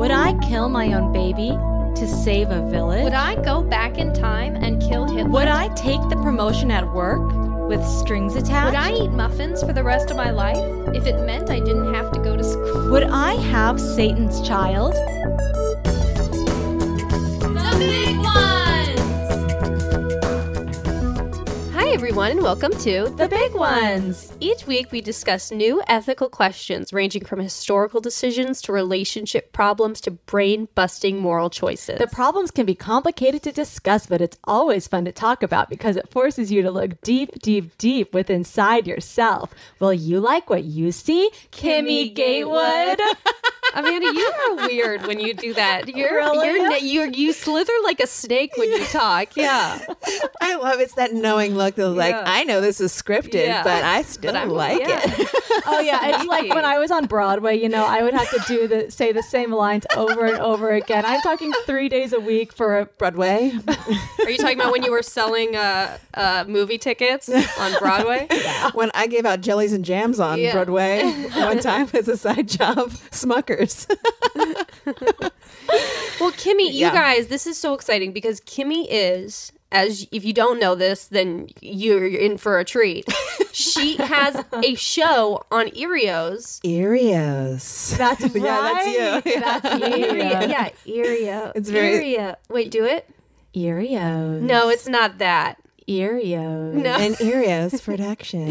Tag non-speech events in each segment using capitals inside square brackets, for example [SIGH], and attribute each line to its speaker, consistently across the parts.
Speaker 1: Would I kill my own baby to save a village?
Speaker 2: Would I go back in time and kill Hitler?
Speaker 1: Would I take the promotion at work with strings attached?
Speaker 2: Would I eat muffins for the rest of my life if it meant I didn't have to go to school?
Speaker 1: Would I have Satan's child?
Speaker 2: The big ones! Hi, everyone, and welcome to The Big Ones. Each week, we discuss new ethical questions ranging from historical decisions to relationship problems to brain busting moral choices.
Speaker 1: The problems can be complicated to discuss, but it's always fun to talk about because it forces you to look deep, deep, deep with inside yourself. Will you like what you see? Kimmy Gatewood.
Speaker 2: Amanda, you are weird when you do that. You're,
Speaker 1: Really?
Speaker 2: you're, na- you're you slither like a snake [LAUGHS] when you talk. Yeah,
Speaker 3: I love it's that knowing look that like
Speaker 2: Yeah.
Speaker 3: I know this is scripted,
Speaker 2: Yeah.
Speaker 3: but I
Speaker 2: I'm-
Speaker 3: still like
Speaker 2: yeah.
Speaker 3: it.
Speaker 1: oh yeah, it's like when I was on Broadway, you know, I would have to do the say the same lines over and over again. I'm talking 3 days a week for a
Speaker 3: Broadway.
Speaker 2: Are you talking about when you were selling uh, uh, movie tickets on Broadway?
Speaker 3: [LAUGHS] when I gave out jellies and jams on
Speaker 2: Yeah.
Speaker 3: Broadway one time as a side job, Smuckers.
Speaker 2: Well, Kimmy, you
Speaker 3: Yeah.
Speaker 2: guys, this is so exciting because Kimmy is, as if you don't know this, then you're in for a treat. she has a show on Erios.
Speaker 3: Erios.
Speaker 1: That's right.
Speaker 3: Yeah, that's
Speaker 2: [LAUGHS]
Speaker 3: you. [LAUGHS]
Speaker 1: That's you.
Speaker 2: Yeah, Erio.
Speaker 3: It's very-
Speaker 2: Erio. Wait, do it?
Speaker 1: Erios.
Speaker 2: No, it's not that.
Speaker 1: Erios.
Speaker 2: No.
Speaker 3: An Erios production.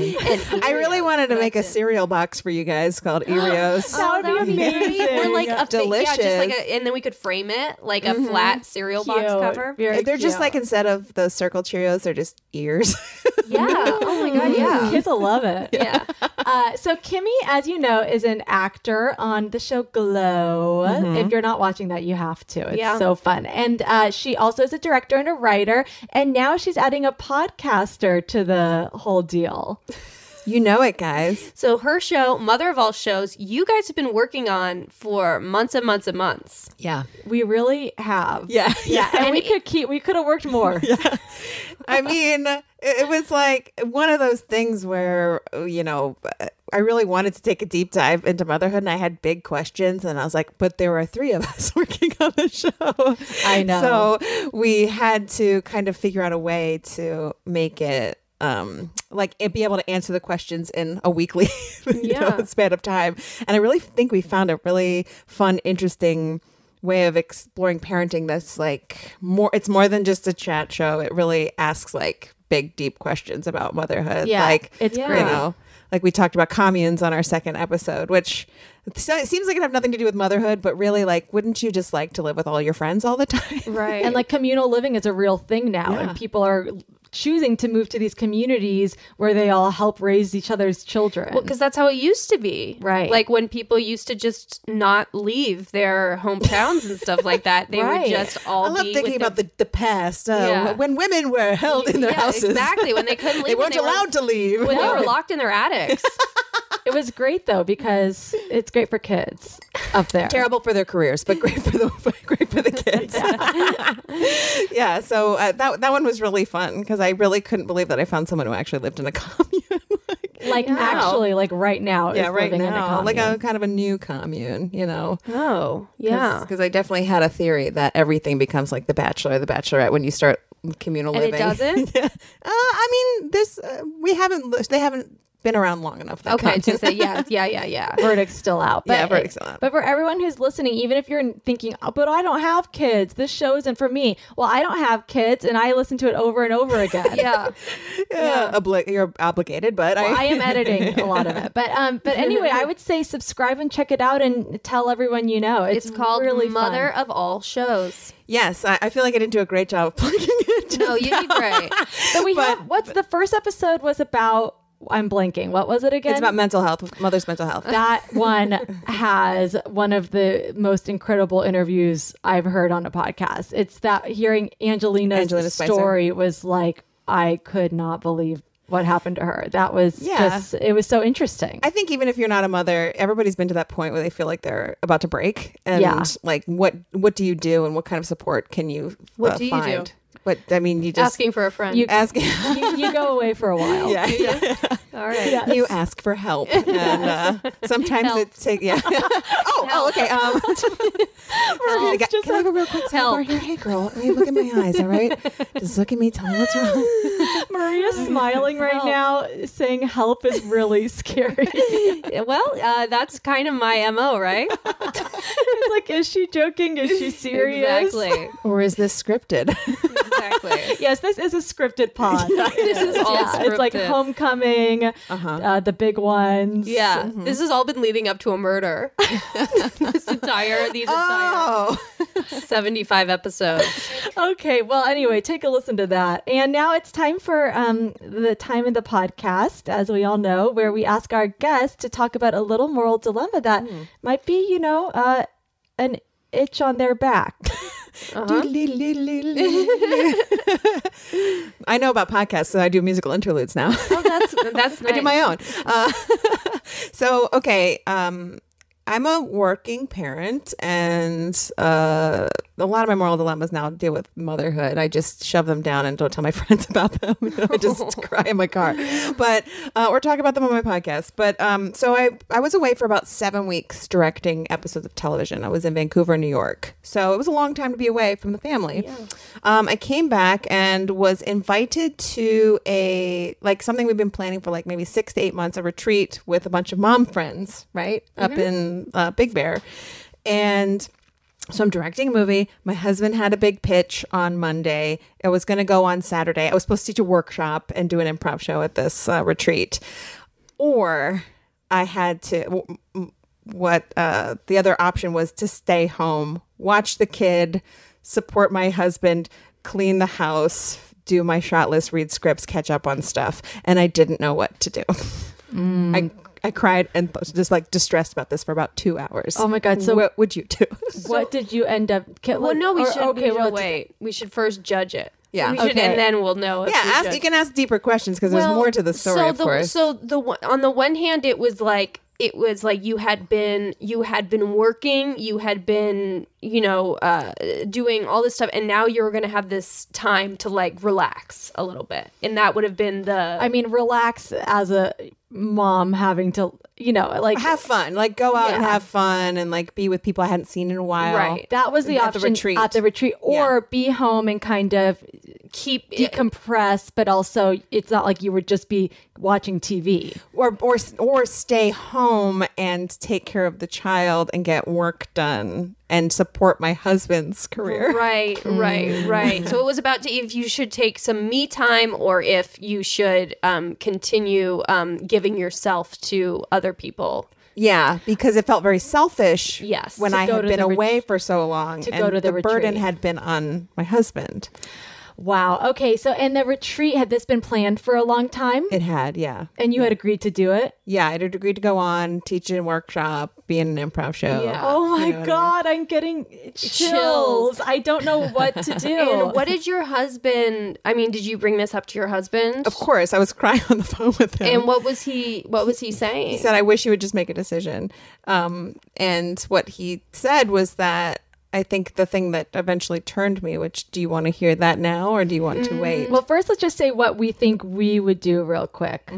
Speaker 3: I really wanted to make a cereal box for you guys called Erios.
Speaker 2: Oh,
Speaker 1: That would be amazing.
Speaker 2: [LAUGHS] Or like a fi- yeah, just like
Speaker 3: Delicious. Mm-hmm.
Speaker 2: a, and then we could frame it like a flat cereal box
Speaker 1: Cute.
Speaker 2: cover.
Speaker 1: Very
Speaker 3: they're just
Speaker 1: cute.
Speaker 3: like instead of those circle Cheerios, they're just ears.
Speaker 2: Yeah. Oh my god. Yeah.
Speaker 1: Kids will love it.
Speaker 2: Yeah.
Speaker 1: Uh, so Kimmy, as you know, is an actor on the show Glow.
Speaker 2: Mm-hmm.
Speaker 1: If you're not watching that, you have to. It's
Speaker 2: Yeah.
Speaker 1: so fun. And uh, she also is a director and a writer. And now she's adding a podcaster to the whole deal.
Speaker 3: you know it, guys.
Speaker 2: So her show, Mother of All Shows, you guys have been working on for months and months and months.
Speaker 3: [LAUGHS] Yeah.
Speaker 1: We really have.
Speaker 3: Yeah.
Speaker 1: Yeah. And, we could keep. We could have
Speaker 3: [LAUGHS]
Speaker 1: worked more. Yeah.
Speaker 3: I mean, it, it was like one of those things where, you know, I really wanted to take a deep dive into motherhood and I had big questions. And I was like, but there are three of us [LAUGHS] working on the show.
Speaker 1: I know.
Speaker 3: So we had to kind of figure out a way to make it. Um, like it be able to answer the questions in a weekly [LAUGHS] you know, span of time, and I really think we found a really fun, interesting way of exploring parenting that's like more it's more than just a chat show it really asks like big deep questions about motherhood
Speaker 1: Yeah,
Speaker 3: like
Speaker 1: it's
Speaker 3: you
Speaker 1: great.
Speaker 3: know like we talked about communes on our second episode which so- seems like it have nothing to do with motherhood but really like wouldn't you just like to live with all your friends all the time
Speaker 1: [LAUGHS]
Speaker 2: Right.
Speaker 1: And like communal living is a real thing now, and people are choosing to move to these communities where they all help raise each other's children.
Speaker 2: because that's how it used to be.
Speaker 1: Right.
Speaker 2: Like when people used to just not leave their hometowns and stuff like that. They
Speaker 1: Right.
Speaker 2: would just all
Speaker 3: I love
Speaker 2: be
Speaker 3: thinking
Speaker 2: with
Speaker 3: about the, the past uh,
Speaker 2: Yeah.
Speaker 3: when women were held in their
Speaker 2: yeah,
Speaker 3: houses
Speaker 2: Exactly.
Speaker 3: [LAUGHS]
Speaker 2: When they couldn't leave.
Speaker 3: they
Speaker 2: when
Speaker 3: weren't allowed
Speaker 2: were,
Speaker 3: to leave
Speaker 2: When
Speaker 3: [LAUGHS]
Speaker 2: they were locked in their
Speaker 1: [LAUGHS]
Speaker 2: attics.
Speaker 1: It was great though because it's great for kids up there.
Speaker 3: terrible for their careers, but great for the [LAUGHS] great for the kids. [LAUGHS] yeah, so uh, that that one was really fun because I really couldn't believe that I found someone who actually lived in a [LAUGHS] commune. like,
Speaker 1: Like actually, like right now,
Speaker 3: yeah,
Speaker 1: is
Speaker 3: right
Speaker 1: living
Speaker 3: now,
Speaker 1: in a
Speaker 3: like a
Speaker 1: commune.
Speaker 3: kind of a new commune, you know.
Speaker 2: Oh, yeah.
Speaker 3: because I definitely had a theory that everything becomes like The Bachelor, The Bachelorette when you start communal
Speaker 2: And it
Speaker 3: living. [LAUGHS]
Speaker 2: doesn't?
Speaker 3: yeah. uh, I mean, this uh, we haven't li- they haven't been around long enough. that [LAUGHS]
Speaker 2: Okay.
Speaker 3: commune.
Speaker 2: To say, yeah, yeah, yeah,
Speaker 1: [LAUGHS]
Speaker 2: yeah.
Speaker 1: verdict's still out.
Speaker 3: Yeah, verdict's still out.
Speaker 1: But for everyone who's listening, even if you're thinking, oh, "But I don't have kids. This show isn't for me." Well, I don't have kids, and I listen to it over and over
Speaker 3: [LAUGHS]
Speaker 1: again.
Speaker 2: Yeah.
Speaker 3: yeah, uh, obli- you're obligated, but
Speaker 1: Well,
Speaker 3: I,
Speaker 1: I am editing a lot of
Speaker 2: [LAUGHS]
Speaker 1: it, but um, but anyway, I would say subscribe and check it out, and tell everyone you know. It's,
Speaker 2: It's called
Speaker 1: really fun.
Speaker 2: Mother of All Shows.
Speaker 3: [LAUGHS] yes, I, I feel like I didn't do a great job of plugging it.
Speaker 1: [LAUGHS]
Speaker 2: No, you did great.
Speaker 1: But we have what's the first episode was about I'm blanking. What was it again?
Speaker 3: It's about mental health, mother's mental health.
Speaker 2: Uh-huh.
Speaker 1: that one has one of the most incredible interviews I've heard on a podcast. It's that hearing Angelina's
Speaker 3: Angelina Spicer.
Speaker 1: story was like I could not believe what happened to her. That was
Speaker 3: Yeah.
Speaker 1: just it was so interesting.
Speaker 3: I think even if you're not a mother, everybody's been to that point where they feel like they're about to break, and
Speaker 1: Yeah.
Speaker 3: like what what do you do, and what kind of support can you
Speaker 2: What
Speaker 3: uh,
Speaker 2: do you do?
Speaker 3: find? What I mean, you just
Speaker 2: Asking for a friend.
Speaker 1: You-
Speaker 3: ask. [LAUGHS]
Speaker 1: you, you go away for a while.
Speaker 3: yeah,
Speaker 2: All right.
Speaker 3: you ask for [LAUGHS] help, and uh, sometimes
Speaker 2: Help.
Speaker 3: it takes. Yeah. [LAUGHS] oh, oh, okay. [LAUGHS] Um, Excuse me, ca- can I have a real quick sidebar
Speaker 2: Help.
Speaker 3: here? Hey, girl. Hey, look in my eyes. All right, [LAUGHS] just look at me. Tell me what's wrong.
Speaker 2: [LAUGHS]
Speaker 1: Maria's smiling right
Speaker 2: Help.
Speaker 1: now, saying help is really
Speaker 2: [LAUGHS]
Speaker 1: scary.
Speaker 2: Well, uh, that's kind of my MO, right?
Speaker 1: [LAUGHS] it's like, is she joking? Is she serious?
Speaker 2: Exactly.
Speaker 3: [LAUGHS] Or is this scripted?
Speaker 2: Exactly.
Speaker 1: Yes, this is a scripted
Speaker 2: [LAUGHS]
Speaker 1: pod.
Speaker 2: This is all
Speaker 1: Yeah, it's like
Speaker 2: scripted. Uh-huh.
Speaker 1: homecoming, uh, the big ones.
Speaker 2: Yeah, this has all been leading up to a murder. [LAUGHS] this entire, these
Speaker 3: oh,
Speaker 2: entire [LAUGHS] seventy-five episodes.
Speaker 1: Okay. Well, anyway, take a listen to that. And now it's time for um, the time in the podcast, as we all know, where we ask our guests to talk about a little moral dilemma that
Speaker 2: Hmm.
Speaker 1: might be, you know, uh, an itch on their back.
Speaker 3: Uh-huh. [LAUGHS] I know about podcasts, so I do musical interludes now.
Speaker 2: Oh, [LAUGHS] that's that's nice.
Speaker 3: I do my own. Uh, [LAUGHS] so okay, um, I'm a working parent, and uh, a lot of my moral dilemmas now deal with motherhood. I just shove them down and don't tell my [LAUGHS] friends about them. I just cry in my car, but uh, or talk about them on my podcast. But um, so I I was away for about seven weeks directing episodes of television. I was in Vancouver, New York, so it was a long time to be away from the family. Um, I came back and was invited to a like something we've been planning for like maybe six to eight months a retreat with a bunch of mom friends, right? Up in uh, Big Bear. And so I'm directing a movie. My husband had a big pitch on Monday. It was going to go on Saturday. I was supposed to teach a workshop and do an improv show at this uh, retreat. Or I had to, w- m- what uh, the other option was to stay home, watch the kid, support my husband, clean the house, do my shot list, read scripts, catch up on stuff. And I didn't know what to do. I, I cried and was just like distressed about this for about two hours.
Speaker 1: Oh my God, so-
Speaker 3: what would you do?
Speaker 1: what did you end up? Can,
Speaker 2: Well, no, we
Speaker 1: or-
Speaker 2: should.
Speaker 1: okay,
Speaker 2: we should
Speaker 1: well,
Speaker 2: wait. We should first judge it.
Speaker 3: Yeah.
Speaker 2: we should,
Speaker 1: Okay.
Speaker 2: and then we'll know. if
Speaker 3: Yeah,
Speaker 2: we
Speaker 3: ask,
Speaker 2: judge-
Speaker 3: you can ask deeper questions because there's
Speaker 2: Well,
Speaker 3: more to the story,
Speaker 2: So
Speaker 3: of
Speaker 2: the
Speaker 3: course.
Speaker 2: so the one- on the one hand, it was like it was like you had been you had been working, you had been you know uh, doing all this stuff, and now you were going to have this time to like relax a little bit, and that would have been the
Speaker 1: I mean, relax as a mom having to, you know, like
Speaker 3: have fun, like go out and have fun, and like be with people I hadn't seen in a while.
Speaker 2: Right.
Speaker 1: that was the
Speaker 3: At the
Speaker 1: option
Speaker 3: retreat.
Speaker 1: at the retreat, or be home and kind of
Speaker 2: keep
Speaker 1: decompress, but also it's not like you would just be watching TV.
Speaker 3: Or or or stay home and take care of the child and get work done and support my husband's career. [LAUGHS]
Speaker 2: Right, right, right. So it was about to, if you should take some me time or if you should um, continue um, giving yourself to other people.
Speaker 3: Yeah, because it felt very selfish.
Speaker 2: Yes.
Speaker 3: when
Speaker 2: To
Speaker 3: I
Speaker 1: go
Speaker 3: had
Speaker 1: to
Speaker 3: been
Speaker 1: the ret-
Speaker 3: away for so long,
Speaker 1: to
Speaker 3: and
Speaker 1: go to the
Speaker 3: burden
Speaker 1: retreat.
Speaker 3: had been on my husband.
Speaker 1: Wow. Okay. So, and the retreat had this been planned for a long time,
Speaker 3: It had, yeah.
Speaker 1: and you had agreed to do it.
Speaker 3: Yeah, I had a degree to go on, teach in a workshop, be in an improv show.
Speaker 2: Yeah.
Speaker 1: Oh my God, I'm getting chills. I don't know what to do.
Speaker 2: And what did your husband? I mean, did you bring this up to your husband?
Speaker 3: Of course, I was crying [LAUGHS] on the phone with him.
Speaker 2: And what was he? What was he saying?
Speaker 3: he said, I wish you would just make a decision. Um, and what he said was that I think the thing that eventually turned me, which do you want to hear that now or do you want to wait?
Speaker 1: Mm, well, first, let's just say what we think we would do, real quick.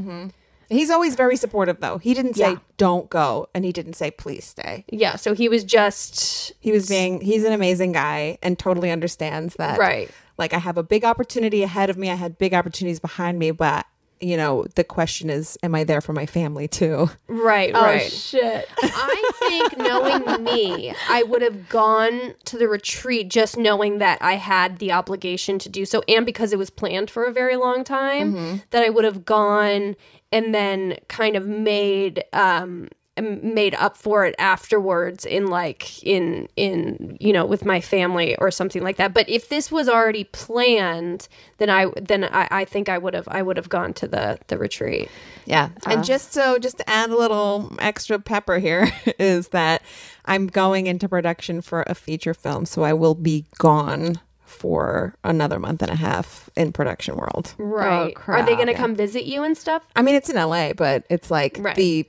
Speaker 3: He's always very supportive, though. He didn't say,
Speaker 1: Yeah.
Speaker 3: don't go. And he didn't say, please stay.
Speaker 2: yeah. So he was just
Speaker 3: He was being, he's an amazing guy and totally understands that.
Speaker 2: Right.
Speaker 3: Like, I have a big opportunity ahead of me. I had big opportunities behind me, but. You know, the question is, am I there for my family too?
Speaker 2: right,
Speaker 1: Oh
Speaker 2: right.
Speaker 1: shit!
Speaker 2: I think knowing me, I would have gone to the retreat just knowing that I had the obligation to do so, and because it was planned for a very long time, that I would have gone and then kind of made um, m- made up for it afterwards in like in in you know with my family or something like that but if this was already planned then i then i, I think i would have i would have gone to the the retreat
Speaker 3: Yeah.
Speaker 2: Uh-huh.
Speaker 3: and just so, just to add a little extra pepper here, [LAUGHS] is that I'm going into production for a feature film. So I will be gone for another month and a half in production world.
Speaker 2: right are
Speaker 1: crap.
Speaker 2: they gonna come visit you and stuff
Speaker 3: I mean, it's in LA, but it's like
Speaker 2: Right.
Speaker 3: the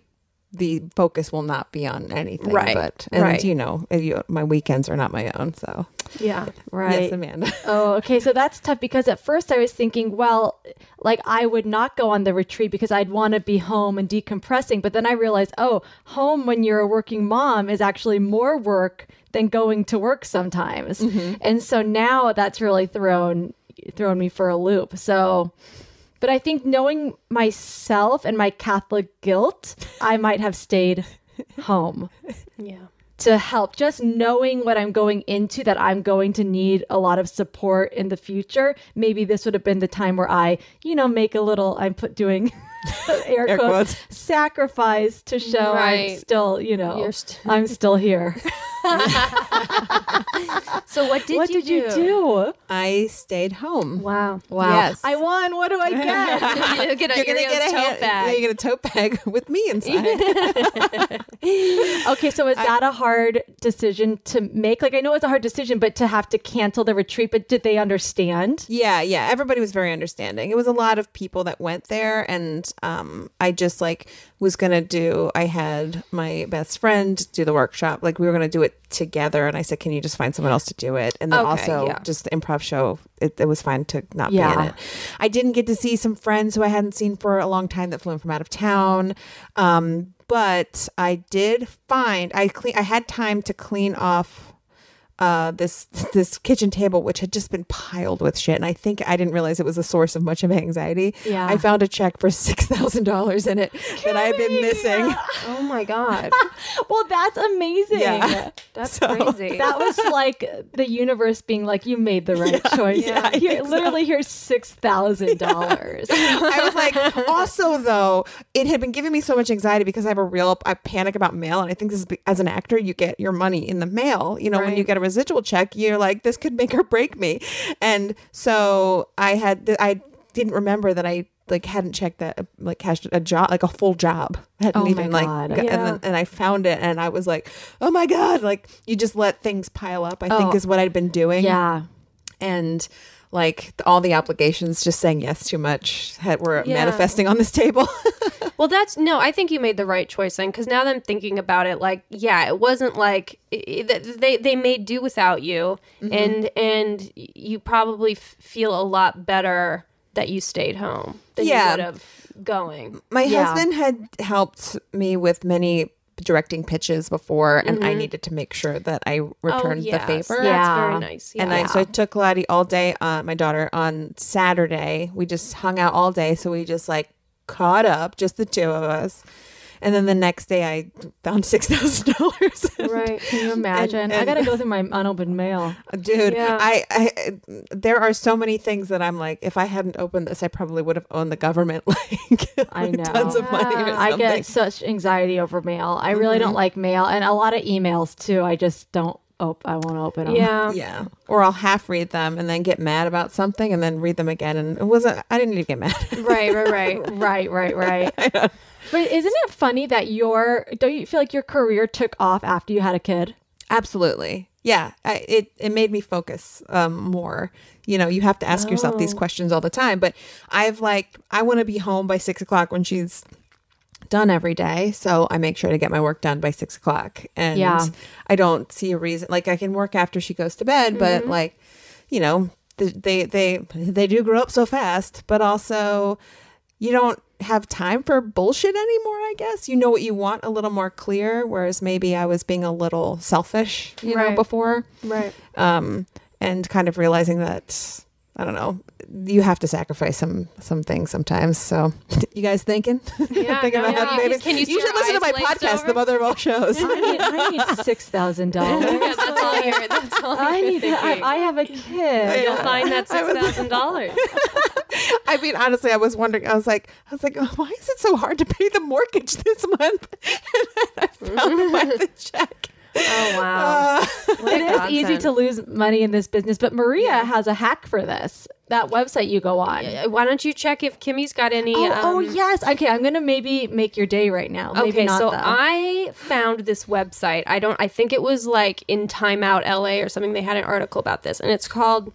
Speaker 3: the focus will not be on anything.
Speaker 2: Right,
Speaker 3: But, and
Speaker 2: right.
Speaker 3: you know, you, my weekends are not my own. So,
Speaker 2: yeah
Speaker 1: Right.
Speaker 3: yes, Amanda. [LAUGHS]
Speaker 1: Oh, okay. So that's tough because at first I was thinking, well, like I would not go on the retreat because I'd want to be home and decompressing. But then I realized, oh, home when you're a working mom is actually more work than going to work sometimes. And so now that's really thrown thrown me for a loop. So but I think knowing myself and my Catholic guilt, I might have stayed home
Speaker 2: yeah
Speaker 1: to help just knowing what i'm going into that i'm going to need a lot of support in the future maybe this would have been the time where i you know make a little i'm put doing [LAUGHS] air,
Speaker 3: Air
Speaker 1: quotes,
Speaker 3: quotes.
Speaker 1: sacrifice to show i'm
Speaker 2: Right.
Speaker 1: still you know
Speaker 2: You're
Speaker 1: i
Speaker 2: st-
Speaker 1: i'm still here
Speaker 2: so what did
Speaker 1: what
Speaker 2: you
Speaker 1: did you do
Speaker 3: I stayed home.
Speaker 2: wow
Speaker 1: wow
Speaker 3: Yes.
Speaker 1: i won what do i get
Speaker 2: [LAUGHS]
Speaker 3: [LAUGHS]
Speaker 2: you're gonna,
Speaker 3: You're gonna get a
Speaker 2: tote
Speaker 3: hand, yeah,
Speaker 2: bag
Speaker 3: You're gonna tote bag [LAUGHS] with me inside.
Speaker 2: [LAUGHS]
Speaker 1: okay so is that a hard decision to make like i know it's a hard decision but to have to cancel the retreat but did they understand
Speaker 3: Yeah, yeah. Everybody was very understanding. It was a lot of people that went there, and um, I just like was gonna do. I had my best friend do the workshop. Like we were gonna do it together, and I said, "Can you just find someone else to do it?" And then
Speaker 2: Okay,
Speaker 3: also
Speaker 2: yeah.
Speaker 3: just the improv show. It, it was fine to not be
Speaker 1: Yeah.
Speaker 3: in it. I didn't get to see some friends who I hadn't seen for a long time that flew in from out of town. Um, but I did find I clean. I had time to clean off uh, this this kitchen table, which had just been piled with shit, and I think I didn't realize it was the source of much of my anxiety.
Speaker 1: Yeah.
Speaker 3: I found a check for [LAUGHS] six thousand dollars in it that I had been
Speaker 1: [LAUGHS]
Speaker 3: missing.
Speaker 2: oh my [LAUGHS] god
Speaker 1: well that's amazing
Speaker 3: Yeah.
Speaker 2: that's
Speaker 3: So-
Speaker 2: crazy
Speaker 3: [LAUGHS]
Speaker 1: that was like the universe being like, you made the right choice.
Speaker 3: yeah, I
Speaker 1: [LAUGHS] Here-
Speaker 3: think so.
Speaker 1: literally, here's six thousand dollars.
Speaker 3: I was like, also though, it had been giving me so much anxiety because I have a real I panic about mail, and I think this is be- as an actor, you get your money in the mail. You know, when you get a residual check, you're like, this could make or break me. And so I had th- I didn't remember that I like hadn't checked that like cashed a job like a full job hadn't
Speaker 1: Oh my
Speaker 3: even like
Speaker 1: God.
Speaker 3: got- and then, and I found it and I was like oh my god like you just let things pile up I think
Speaker 1: Oh.
Speaker 3: is what I'd been doing
Speaker 1: yeah.
Speaker 3: and like all the obligations just saying yes too much had, were
Speaker 2: Yeah.
Speaker 3: manifesting on this table [LAUGHS]
Speaker 2: Well, that's no, I think you made the right choice then because now that I'm thinking about it, like, yeah, it wasn't like i- i- they, they made do without you,
Speaker 3: Mm-hmm.
Speaker 2: and and you probably f- feel a lot better that you stayed home than
Speaker 3: Yeah.
Speaker 2: you would have going.
Speaker 3: my
Speaker 1: Yeah.
Speaker 3: husband had helped me with many directing pitches before and i needed to make sure that i returned the
Speaker 2: Oh, yes,
Speaker 3: favor
Speaker 2: That's
Speaker 1: Yeah.
Speaker 2: very nice. Yeah.
Speaker 3: And I, so I took Lottie all day, uh, my daughter, on Saturday. We just hung out all day. So we just like caught up, just the two of us. And then the next day I found [LAUGHS] $6,000.
Speaker 2: right.
Speaker 1: Can you imagine? I
Speaker 3: and-
Speaker 1: gotta go through my
Speaker 3: [LAUGHS]
Speaker 1: unopened mail.
Speaker 3: Dude,
Speaker 2: Yeah.
Speaker 3: I, I, there are so many things that I'm like, if I hadn't opened this, I probably would have owned the government. [LAUGHS] Like,
Speaker 1: I know.
Speaker 3: tons of money or something. Mm-hmm.
Speaker 1: I get such anxiety over mail. I really don't like mail, and a lot of emails too. I just don't. Op- I won't open them.
Speaker 2: Yeah.
Speaker 3: yeah, or I'll half read them and then get mad about something and then read them again. And it wasn't. I didn't even get mad. [LAUGHS]
Speaker 2: Right. Right. Right.
Speaker 1: [LAUGHS] Right, right, right. but isn't it funny that your don't you feel like your career took off after you had a
Speaker 3: [LAUGHS]
Speaker 1: kid?
Speaker 3: Absolutely. Yeah, I, it it made me focus um, more. You know, you have to ask yourself these questions all the time. But I've like, I want to be home by six o'clock when she's done every day, so I make sure to get my work done by six o'clock. And
Speaker 1: Yeah.
Speaker 3: I don't see a reason. Like, I can work after she goes to bed, but like, you know, th- they they they do grow up so fast. But also, you don't have time for bullshit anymore. I guess you know what you want a little more clear. Whereas maybe I was being a little selfish, you know,
Speaker 2: Right.
Speaker 3: before
Speaker 2: Right.
Speaker 3: um, and kind of realizing that I don't know, you have to sacrifice some some things sometimes. So, [LAUGHS] you guys thinking? [LAUGHS]
Speaker 2: Yeah,
Speaker 3: thinking
Speaker 2: no,
Speaker 3: about
Speaker 2: yeah.
Speaker 3: having
Speaker 2: Can-
Speaker 3: babies?
Speaker 2: can you see
Speaker 3: you should
Speaker 2: your
Speaker 3: listen to my
Speaker 2: eyes glazed
Speaker 3: podcast,
Speaker 2: over?
Speaker 3: The Mother of All
Speaker 2: [LAUGHS]
Speaker 3: Shows. [LAUGHS]
Speaker 1: I need, I need six thousand dollars.
Speaker 2: [LAUGHS] Yeah, [LAUGHS] that's all you're. That's all [LAUGHS]
Speaker 1: I
Speaker 2: you're
Speaker 1: need.
Speaker 2: thinking.
Speaker 1: I, I have a
Speaker 2: [LAUGHS]
Speaker 1: kid.
Speaker 2: You'll find that six thousand dollars.
Speaker 3: I mean, honestly, I was wondering. I was like, I was like, oh, why is it so hard to pay the mortgage this month? [LAUGHS] and then
Speaker 2: [LAUGHS]
Speaker 3: I found the monthly check.
Speaker 2: Oh wow.
Speaker 1: It is easy
Speaker 2: godsend.
Speaker 1: to lose money in this business, but Maria has a hack for this. That website you go on.
Speaker 2: Uh, Why don't you check if Kimmy's got any?
Speaker 1: Oh, oh,
Speaker 2: um,
Speaker 1: yes. Okay, I'm gonna maybe make your day right now. Maybe
Speaker 2: okay,
Speaker 1: not,
Speaker 2: so
Speaker 1: though.
Speaker 2: I found this website. I don't. I think it was like in Time Out LA or something. They had an article about this, and it's called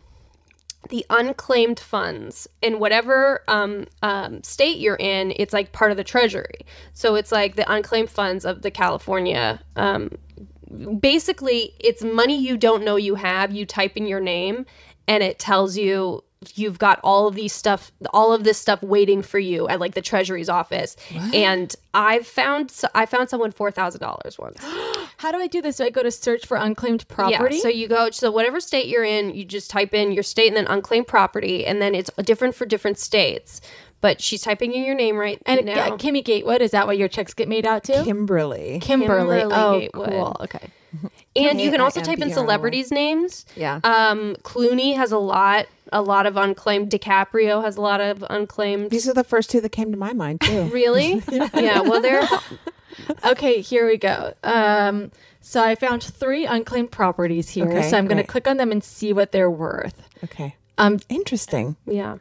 Speaker 2: the unclaimed funds in whatever um, um, state you're in. It's like part of the treasury. So it's like the unclaimed funds of the California. Um, basically, it's money you don't know you have. You type in your name, and it tells you you've got all of these stuff all of this stuff waiting for you at like the treasury's office and i've found i found someone $4000
Speaker 1: [GASPS]
Speaker 2: once
Speaker 1: How do I do this? Do I go to search for unclaimed property?
Speaker 2: yeah, so you go so whatever state you're in, you just type in your state and then unclaimed property, and then it's different for different states. But she's typing in your name right
Speaker 1: and
Speaker 2: now.
Speaker 1: uh, Kimmy Gatewood, is that what your checks get made out to?
Speaker 3: Kimberly.
Speaker 1: Kimberly.
Speaker 2: Kimberly
Speaker 1: Oh,
Speaker 2: Gatewood.
Speaker 1: cool. Okay.
Speaker 2: and you can also type in
Speaker 3: K-I-M-B-R-O-Y.
Speaker 2: celebrities' names.
Speaker 3: Yeah.
Speaker 2: Um, Clooney has a lot, a lot of unclaimed. DiCaprio has a lot of unclaimed.
Speaker 1: [LAUGHS]
Speaker 3: These are the first two that came to my mind too.
Speaker 2: Really? yeah. Well,
Speaker 1: [LAUGHS]
Speaker 2: they're
Speaker 1: Okay, here we go. Um, so I found three unclaimed properties here.
Speaker 3: Okay,
Speaker 1: so I'm going
Speaker 3: great.
Speaker 1: to click on them and see what they're worth.
Speaker 3: Okay.
Speaker 1: Um,
Speaker 3: Interesting.
Speaker 2: yeah.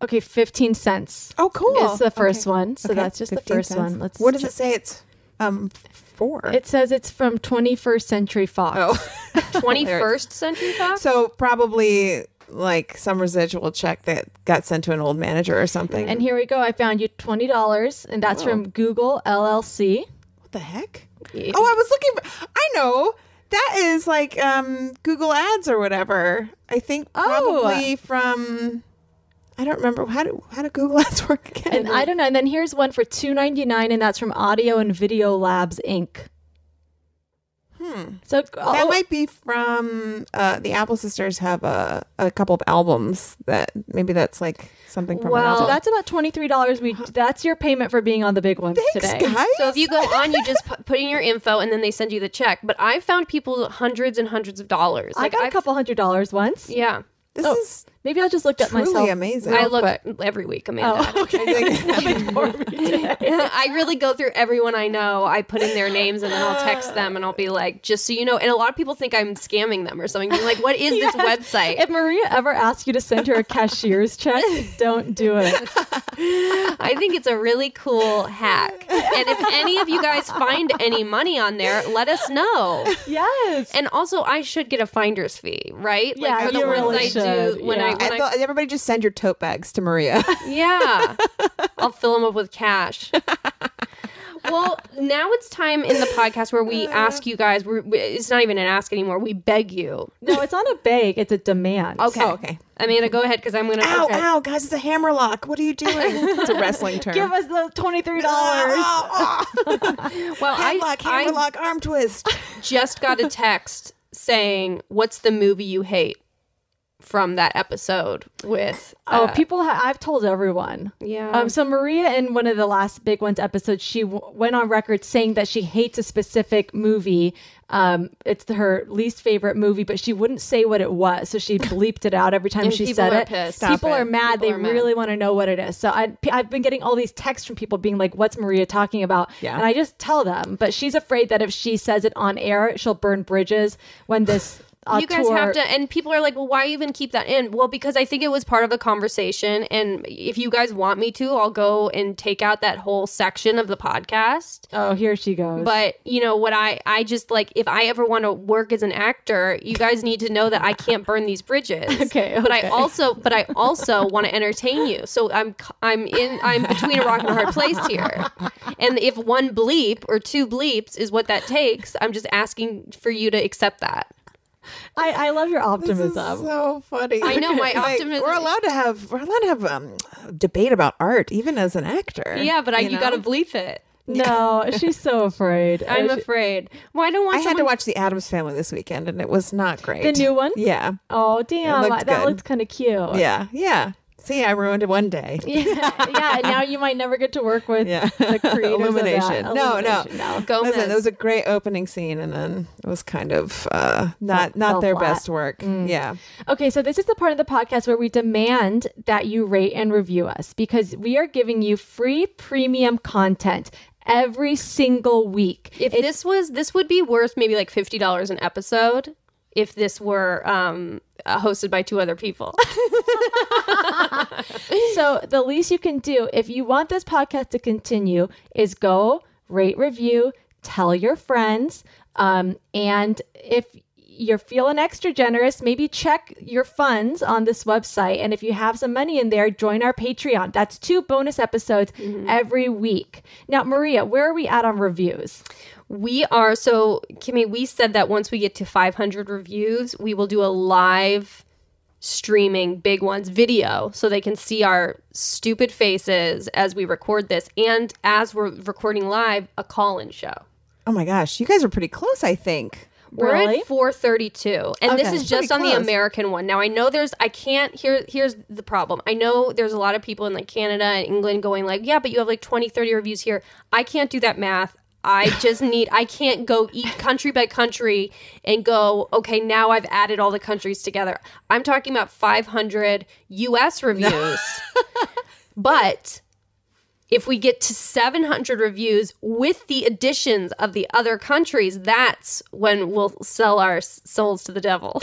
Speaker 1: okay, 15 cents
Speaker 3: Oh, cool.
Speaker 1: is the first
Speaker 3: Okay.
Speaker 1: one. So
Speaker 3: Okay,
Speaker 1: that's just the
Speaker 3: 15
Speaker 1: first
Speaker 3: cents.
Speaker 1: one. Let's.
Speaker 3: What does
Speaker 1: check-
Speaker 3: it say? It's um four.
Speaker 1: It says it's from 21st Century Fox.
Speaker 3: Oh.
Speaker 2: Twenty first century Fox.
Speaker 3: so probably like some residual check that got sent to an old manager or something.
Speaker 1: And here we go. I found you $20, and
Speaker 3: Oh.
Speaker 1: that's from Google LLC.
Speaker 3: what the heck? Oh, I was looking. For, I know that is like um Google Ads or whatever. I think
Speaker 1: Oh.
Speaker 3: probably from. I don't remember how do how do Google [LAUGHS] Ads work again.
Speaker 1: And I don't know. And then here's one for two ninety nine, and that's from Audio and Video Labs Inc. Hmm. So
Speaker 3: that
Speaker 1: oh,
Speaker 3: might be from uh, the Apple Sisters have a, a couple of albums that maybe that's like something from
Speaker 2: Well,
Speaker 3: an
Speaker 1: so
Speaker 3: album.
Speaker 1: oh, that's about twenty three dollars. We that's your payment for being on the big ones
Speaker 3: Thanks,
Speaker 1: today.
Speaker 3: guys.
Speaker 2: So if you go on,
Speaker 3: [LAUGHS]
Speaker 2: you just pu- put in your info, and then they send you the check. But I've found people hundreds and hundreds of dollars.
Speaker 1: I got a
Speaker 2: I've-
Speaker 1: couple hundred dollars once.
Speaker 2: Yeah,
Speaker 3: this
Speaker 1: oh.
Speaker 3: is
Speaker 1: Maybe I'll just look at
Speaker 3: truly
Speaker 1: myself.
Speaker 3: amazing.
Speaker 2: I look every week, Amanda.
Speaker 3: [LAUGHS]
Speaker 1: Oh, [LAUGHS] okay.
Speaker 2: I really go through everyone I know. I put in their names, and then I'll text them, and I'll be like, "Just so you know." And a lot of people think I'm scamming them or something. Being like, "What is
Speaker 1: [LAUGHS]
Speaker 2: this website?"
Speaker 1: If Maria ever asks you to send her a
Speaker 3: [LAUGHS]
Speaker 1: cashier's check, don't
Speaker 2: [LAUGHS]
Speaker 1: do it.
Speaker 2: I think it's a really cool hack. And if any of you guys find any money on there, let us
Speaker 1: [LAUGHS]
Speaker 2: know.
Speaker 1: Yes.
Speaker 2: And also, I should get a finder's fee, right?
Speaker 1: Yeah,
Speaker 2: for the
Speaker 1: you
Speaker 2: ones
Speaker 1: really
Speaker 2: I
Speaker 1: should,
Speaker 2: do when I
Speaker 1: yeah.
Speaker 2: when
Speaker 3: I thought everybody just send your tote bags
Speaker 2: [LAUGHS]
Speaker 3: to Maria. [LAUGHS]
Speaker 2: Yeah. I'll fill them up with cash. well, now it's time in the podcast where
Speaker 3: Uh.
Speaker 2: we ask you guys, we're, we- it's not even an ask anymore. We beg you.
Speaker 1: no, it's not a beg, it's a demand.
Speaker 2: Okay.
Speaker 3: Oh, okay.
Speaker 2: Amanda, go ahead because I'm going to.
Speaker 3: Ow, ow, guys, it's a hammerlock. What are
Speaker 2: [LAUGHS]
Speaker 3: you doing? it's a wrestling term.
Speaker 1: Give us the twenty three dollars.
Speaker 3: Ah, ah, ah.
Speaker 2: Well, I,
Speaker 3: Headlock,
Speaker 2: I
Speaker 3: hammerlock,
Speaker 2: [LAUGHS]
Speaker 3: arm twist.
Speaker 2: just got a text saying, What's the movie you hate? From that episode with.
Speaker 1: Oh, people! Ha- I've told everyone.
Speaker 2: Uh, Yeah.
Speaker 1: Um. So Maria, in one of the last Big Ones episodes, she w- went on record saying that she hates a specific movie. Um. It's her least favorite movie, but she wouldn't say what it was, so
Speaker 2: [LAUGHS]
Speaker 1: she bleeped it out every time
Speaker 2: And
Speaker 1: she
Speaker 2: people
Speaker 1: said
Speaker 2: are
Speaker 1: it.
Speaker 2: pissed. Stop
Speaker 1: People
Speaker 3: it.
Speaker 1: are mad.
Speaker 2: People
Speaker 1: they
Speaker 2: are mad.
Speaker 1: really want to know what it is. So I, p- I've been getting all these texts from people being like, "What's Maria talking about?"
Speaker 3: Yeah.
Speaker 1: And I just tell them, but she's afraid that if she says it on air, she'll burn bridges when this.
Speaker 2: [SIGHS] you guys
Speaker 1: auteur-
Speaker 2: have to and people are like well why even keep that in well because i think it was part of a conversation and if you guys want me to i'll go and take out that whole section of the podcast
Speaker 1: Oh, here she goes.
Speaker 2: but you know what i i just like if i ever want to work as an actor you guys need to know that i can't burn these bridges
Speaker 3: [LAUGHS]
Speaker 1: Okay,
Speaker 2: but i
Speaker 1: okay.
Speaker 2: also but i also want to entertain you so i'm c- i'm in i'm between a rock and a hard place here and if one bleep or two bleeps is what that takes i'm just asking for you to accept that
Speaker 1: I, I love your
Speaker 3: This is
Speaker 1: optimism.
Speaker 3: so funny.
Speaker 2: I know, my
Speaker 3: [LAUGHS] Like,
Speaker 2: optimism-
Speaker 3: We're allowed to have we're allowed to have um, debate about art, even as an actor.
Speaker 2: Yeah, but I, you,
Speaker 3: know?
Speaker 2: gotta bleep it.
Speaker 3: [LAUGHS]
Speaker 1: No, she's so afraid.
Speaker 2: I'm
Speaker 1: Uh, she-
Speaker 2: afraid. Well, I don't want.
Speaker 3: I had to
Speaker 2: someone-
Speaker 3: watch The Adams Family this weekend, and it was not great.
Speaker 1: The new one?
Speaker 3: Yeah,
Speaker 1: Oh damn,
Speaker 3: It looked
Speaker 1: that
Speaker 3: good.
Speaker 1: looks kind of cute.
Speaker 3: yeah, yeah. See, I ruined it one day.
Speaker 1: [LAUGHS] yeah, yeah. Now you might never get to work with
Speaker 3: Yeah. [LAUGHS]
Speaker 1: the creators
Speaker 3: Illumination. No,
Speaker 1: Of that.
Speaker 3: no.
Speaker 1: Illumination, no.
Speaker 2: Gomez.
Speaker 3: Listen, it was a great opening scene, and then it was kind of uh, not
Speaker 1: fell
Speaker 3: not their
Speaker 1: flat. Mm.
Speaker 3: best work. Yeah,
Speaker 1: Okay, so this is the part of the podcast where we demand that you rate and review us because we are giving you free premium content every single week.
Speaker 2: If this was this would be worth maybe like fifty dollars an episode if this were um uh, hosted by two other people. [LAUGHS]
Speaker 1: [LAUGHS] So the least you can do if you want this podcast to continue is go rate, review, tell your friends, um, and if you're feeling extra generous, maybe check your funds on this website, and if you have some money in there, join our Patreon. That's two bonus episodes every week. Now, Maria, where are we at on reviews?
Speaker 2: we are so Kimmy, we said that once we get to five hundred reviews, we will do a live streaming big ones video so they can see our stupid faces as we record this and as we're recording live a call-in show.
Speaker 3: Oh my gosh, you guys were pretty close, I think.
Speaker 2: We're
Speaker 1: Really?
Speaker 2: at 432. And this
Speaker 3: Okay.
Speaker 2: is just
Speaker 3: Pretty
Speaker 2: on the
Speaker 3: close.
Speaker 2: American one. Now I know there's I can't here here's the problem. I know there's a lot of people in like Canada and England going like, "Yeah, but you have like 20 30 reviews here." I can't do that math.
Speaker 3: [LAUGHS]
Speaker 2: I just need I can't go eat country by country and go, "Okay, now I've added all the countries together." I'm talking about 500
Speaker 3: [LAUGHS]
Speaker 2: US reviews. but if we get to 700 reviews with the additions of the other countries, that's when we'll sell our s- souls to the devil. [LAUGHS]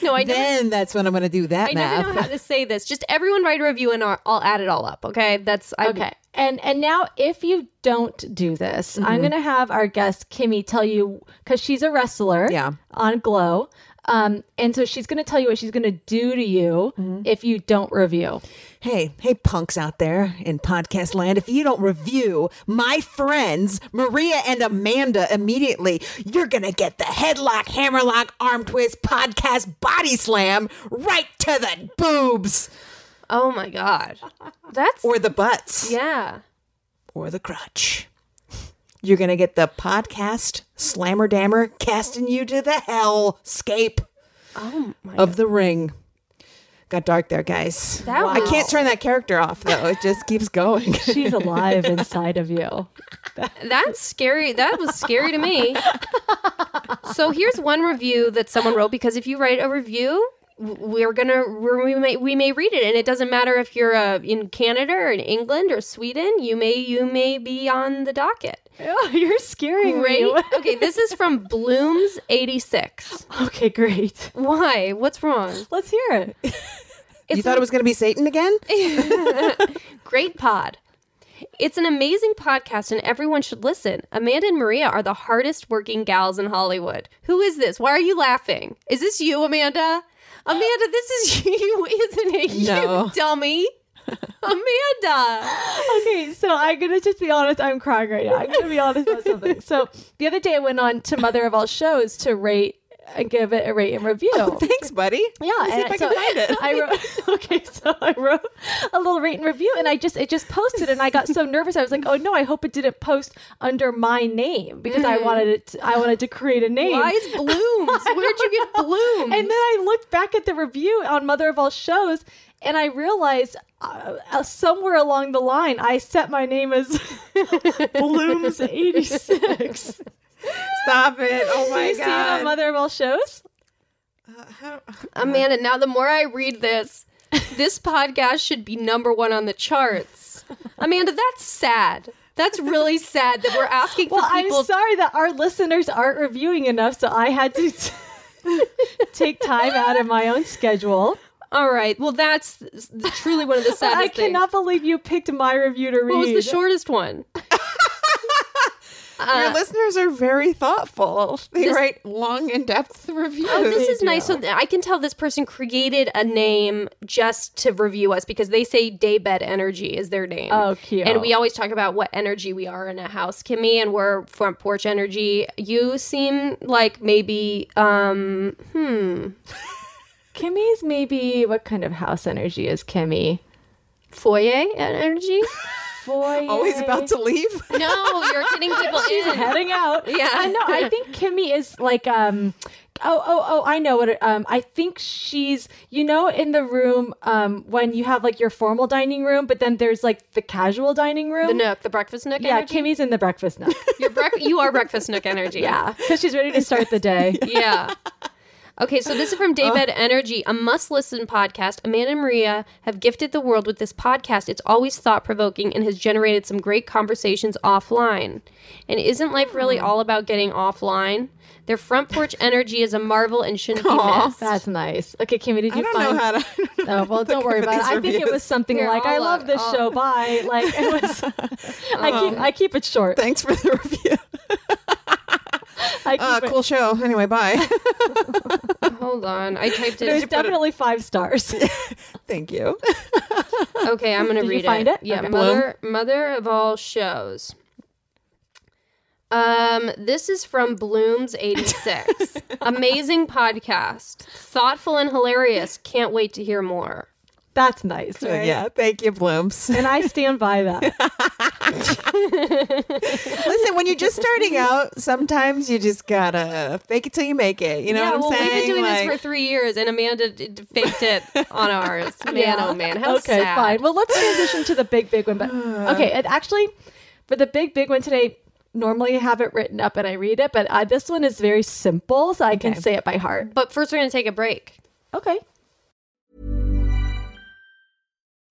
Speaker 2: no, I never,
Speaker 3: Then that's when I'm going to do that
Speaker 2: I never know
Speaker 3: math.
Speaker 2: how to say this. Just everyone write a review and I'll, I'll add it all up. Okay, that's I,
Speaker 1: Okay. And and now if you don't do this, I'm going to have our guest Kimmy tell you cuz she's a wrestler
Speaker 3: Yeah.
Speaker 1: on Glow. Um and so she's going to tell you what she's going to do to you if you don't review.
Speaker 3: Hey, hey, punks out there in podcast land, if you don't review my friends Maria and Amanda immediately, you're going to get the headlock, hammerlock, arm twist, podcast body slam right to the boobs
Speaker 2: Oh my god, that's
Speaker 3: or the butts
Speaker 2: yeah.
Speaker 3: or the crutch. You're going to get the podcast slammer dammer casting you to the hellscape
Speaker 2: Oh my.
Speaker 3: of the ring. Got dark there, guys.
Speaker 2: That
Speaker 3: I
Speaker 2: was-
Speaker 3: can't turn that character off though. It just keeps going. [LAUGHS]
Speaker 1: She's [LAUGHS] alive inside of you.
Speaker 2: That's scary. That was scary to me. so here's one review that someone wrote because if you write a review, w- we're gonna we're, we may we may read it, and it doesn't matter if you're uh, in Canada or in England or Sweden. You may you may be on the docket.
Speaker 1: Oh, you're scaring
Speaker 2: Great.
Speaker 1: me.
Speaker 2: Okay, this is from Blooms eighty six.
Speaker 1: Okay, great.
Speaker 2: Why? What's wrong?
Speaker 1: Let's hear it. [LAUGHS]
Speaker 3: you thought it was going to be Satan again?
Speaker 2: Great pod. It's an amazing podcast and everyone should listen. Amanda and Maria are the hardest working gals in Hollywood. Who is this? Why are you laughing? Is this you, Amanda? Amanda, this is [LAUGHS] you, isn't it?
Speaker 3: No.
Speaker 2: You
Speaker 1: [LAUGHS]
Speaker 2: dummy. Amanda.
Speaker 1: Okay, so I'm gonna just be honest. I'm crying right now. I'm gonna be honest about something. So the other day, I went on to Mother of All Shows to rate and give it a rate and review.
Speaker 3: [LAUGHS] Thanks, buddy.
Speaker 1: Yeah,
Speaker 3: Let me see
Speaker 1: and
Speaker 3: if I
Speaker 1: so
Speaker 3: can find it.
Speaker 1: [LAUGHS] I wrote okay, so I wrote a little rate and review, and I just it just posted, and I got so nervous. I was like, oh no, I hope it didn't post under my name because
Speaker 3: Mm.
Speaker 1: I wanted it. To, I wanted to create a name.
Speaker 2: Why is blooms? Where'd you get blooms?
Speaker 1: And then I looked back at the review on Mother of All Shows, and I realized uh, uh, somewhere along the line I set my name as [LAUGHS]
Speaker 3: [LAUGHS] Oh
Speaker 1: Blooms eighty six.
Speaker 3: Stop it. Oh my
Speaker 1: You see it on Mother of All Shows?
Speaker 2: Amanda, now the more I read
Speaker 1: [LAUGHS]
Speaker 2: this, this podcast should be number one on the charts. Amanda, that's sad. That's really sad that we're asking
Speaker 1: Well,
Speaker 2: for people
Speaker 1: I'm sorry that our listeners aren't reviewing enough, so I had to t- take time out of my own schedule.
Speaker 2: All right. Well, that's th- truly one of [LAUGHS] the saddest
Speaker 1: I
Speaker 2: things.
Speaker 1: cannot believe you picked my review to read.
Speaker 2: What was the shortest one?
Speaker 1: Uh,
Speaker 3: Your listeners are very thoughtful. They write long, in depth reviews.
Speaker 2: Oh, this is nice. So th- I can tell this person created a name just to review us because they say daybed energy is their name.
Speaker 1: Oh, cute.
Speaker 2: And we always talk about what energy we are in a house, Kimmy, and we're front porch energy. You seem like maybe um hmm
Speaker 1: Kimmy's maybe what kind of house energy is Kimmy?
Speaker 2: foyer [LAUGHS] energy.
Speaker 1: Boy,
Speaker 3: Always about to leave.
Speaker 2: [LAUGHS] no, you're getting people in.
Speaker 1: [LAUGHS] heading out.
Speaker 2: Yeah.
Speaker 1: I know. I think Kimmy is like um oh, oh, oh, I know what. It, um, I think she's, you know, in the room um, when you have like your formal dining room, but then there's like the casual dining room.
Speaker 2: The nook, the breakfast nook.
Speaker 1: yeah,
Speaker 2: energy?
Speaker 1: Kimmy's in the breakfast nook.
Speaker 2: Your brec- you are breakfast nook [LAUGHS] energy.
Speaker 1: yeah, because she's ready to start the [LAUGHS] day.
Speaker 2: Yeah. Okay, so this is from Daybed Energy, a must listen podcast. Amanda and Maria have gifted the world with this podcast. It's always thought provoking and has generated some great conversations offline. And isn't life really all about getting offline? Their front porch energy is a marvel and shouldn't be missed.
Speaker 1: That's nice. Okay, Kimmy, did you
Speaker 3: I don't
Speaker 1: find?
Speaker 3: know how to. I don't know
Speaker 1: [LAUGHS]
Speaker 3: [LAUGHS]
Speaker 1: Oh, well, don't worry about it. I think it was something
Speaker 2: Here,
Speaker 1: like, "I
Speaker 2: I'll,
Speaker 1: love
Speaker 2: uh,
Speaker 1: this
Speaker 2: I'll-
Speaker 1: show." [LAUGHS] Bye. Like it was. I
Speaker 3: Oh.
Speaker 1: keep I keep it short.
Speaker 3: Thanks for the
Speaker 1: [LAUGHS]
Speaker 3: review.
Speaker 1: I keep
Speaker 3: Uh,
Speaker 1: it-
Speaker 3: cool show. Anyway,
Speaker 1: [LAUGHS]
Speaker 3: bye. [LAUGHS]
Speaker 2: Hold on, I typed
Speaker 1: It was
Speaker 2: it.
Speaker 1: definitely five
Speaker 3: [LAUGHS]
Speaker 1: stars.
Speaker 3: Thank you.
Speaker 2: Okay, [LAUGHS] I'm gonna
Speaker 1: Did you
Speaker 2: read
Speaker 1: find it?
Speaker 2: Yeah,
Speaker 1: Okay.
Speaker 2: mother, mother of all shows. Um, this is from Bloom's eighty [LAUGHS] six. Amazing podcast, thoughtful and hilarious. Can't wait to hear more.
Speaker 1: That's nice. Right?
Speaker 3: Yeah, thank you,
Speaker 1: [LAUGHS]
Speaker 3: Blooms.
Speaker 1: And I stand by
Speaker 3: [LAUGHS]
Speaker 1: that.
Speaker 3: Listen, when you're just starting out, sometimes you just gotta fake it till you make it. You know
Speaker 2: yeah,
Speaker 3: what I'm
Speaker 2: well,
Speaker 3: saying?
Speaker 2: we've been doing
Speaker 3: Like-
Speaker 2: this for three years, and Amanda d- d- faked it [LAUGHS] on ours. Man, oh man, how
Speaker 1: okay,
Speaker 2: sad.
Speaker 1: fine. Well, let's transition to the big, big one.
Speaker 3: [SIGHS]
Speaker 1: But okay, and actually, for the big, big one today, normally I have it written up and I read it, but uh, this one is very simple, so I can say it by heart.
Speaker 2: But first, we're gonna take a break.
Speaker 1: Okay.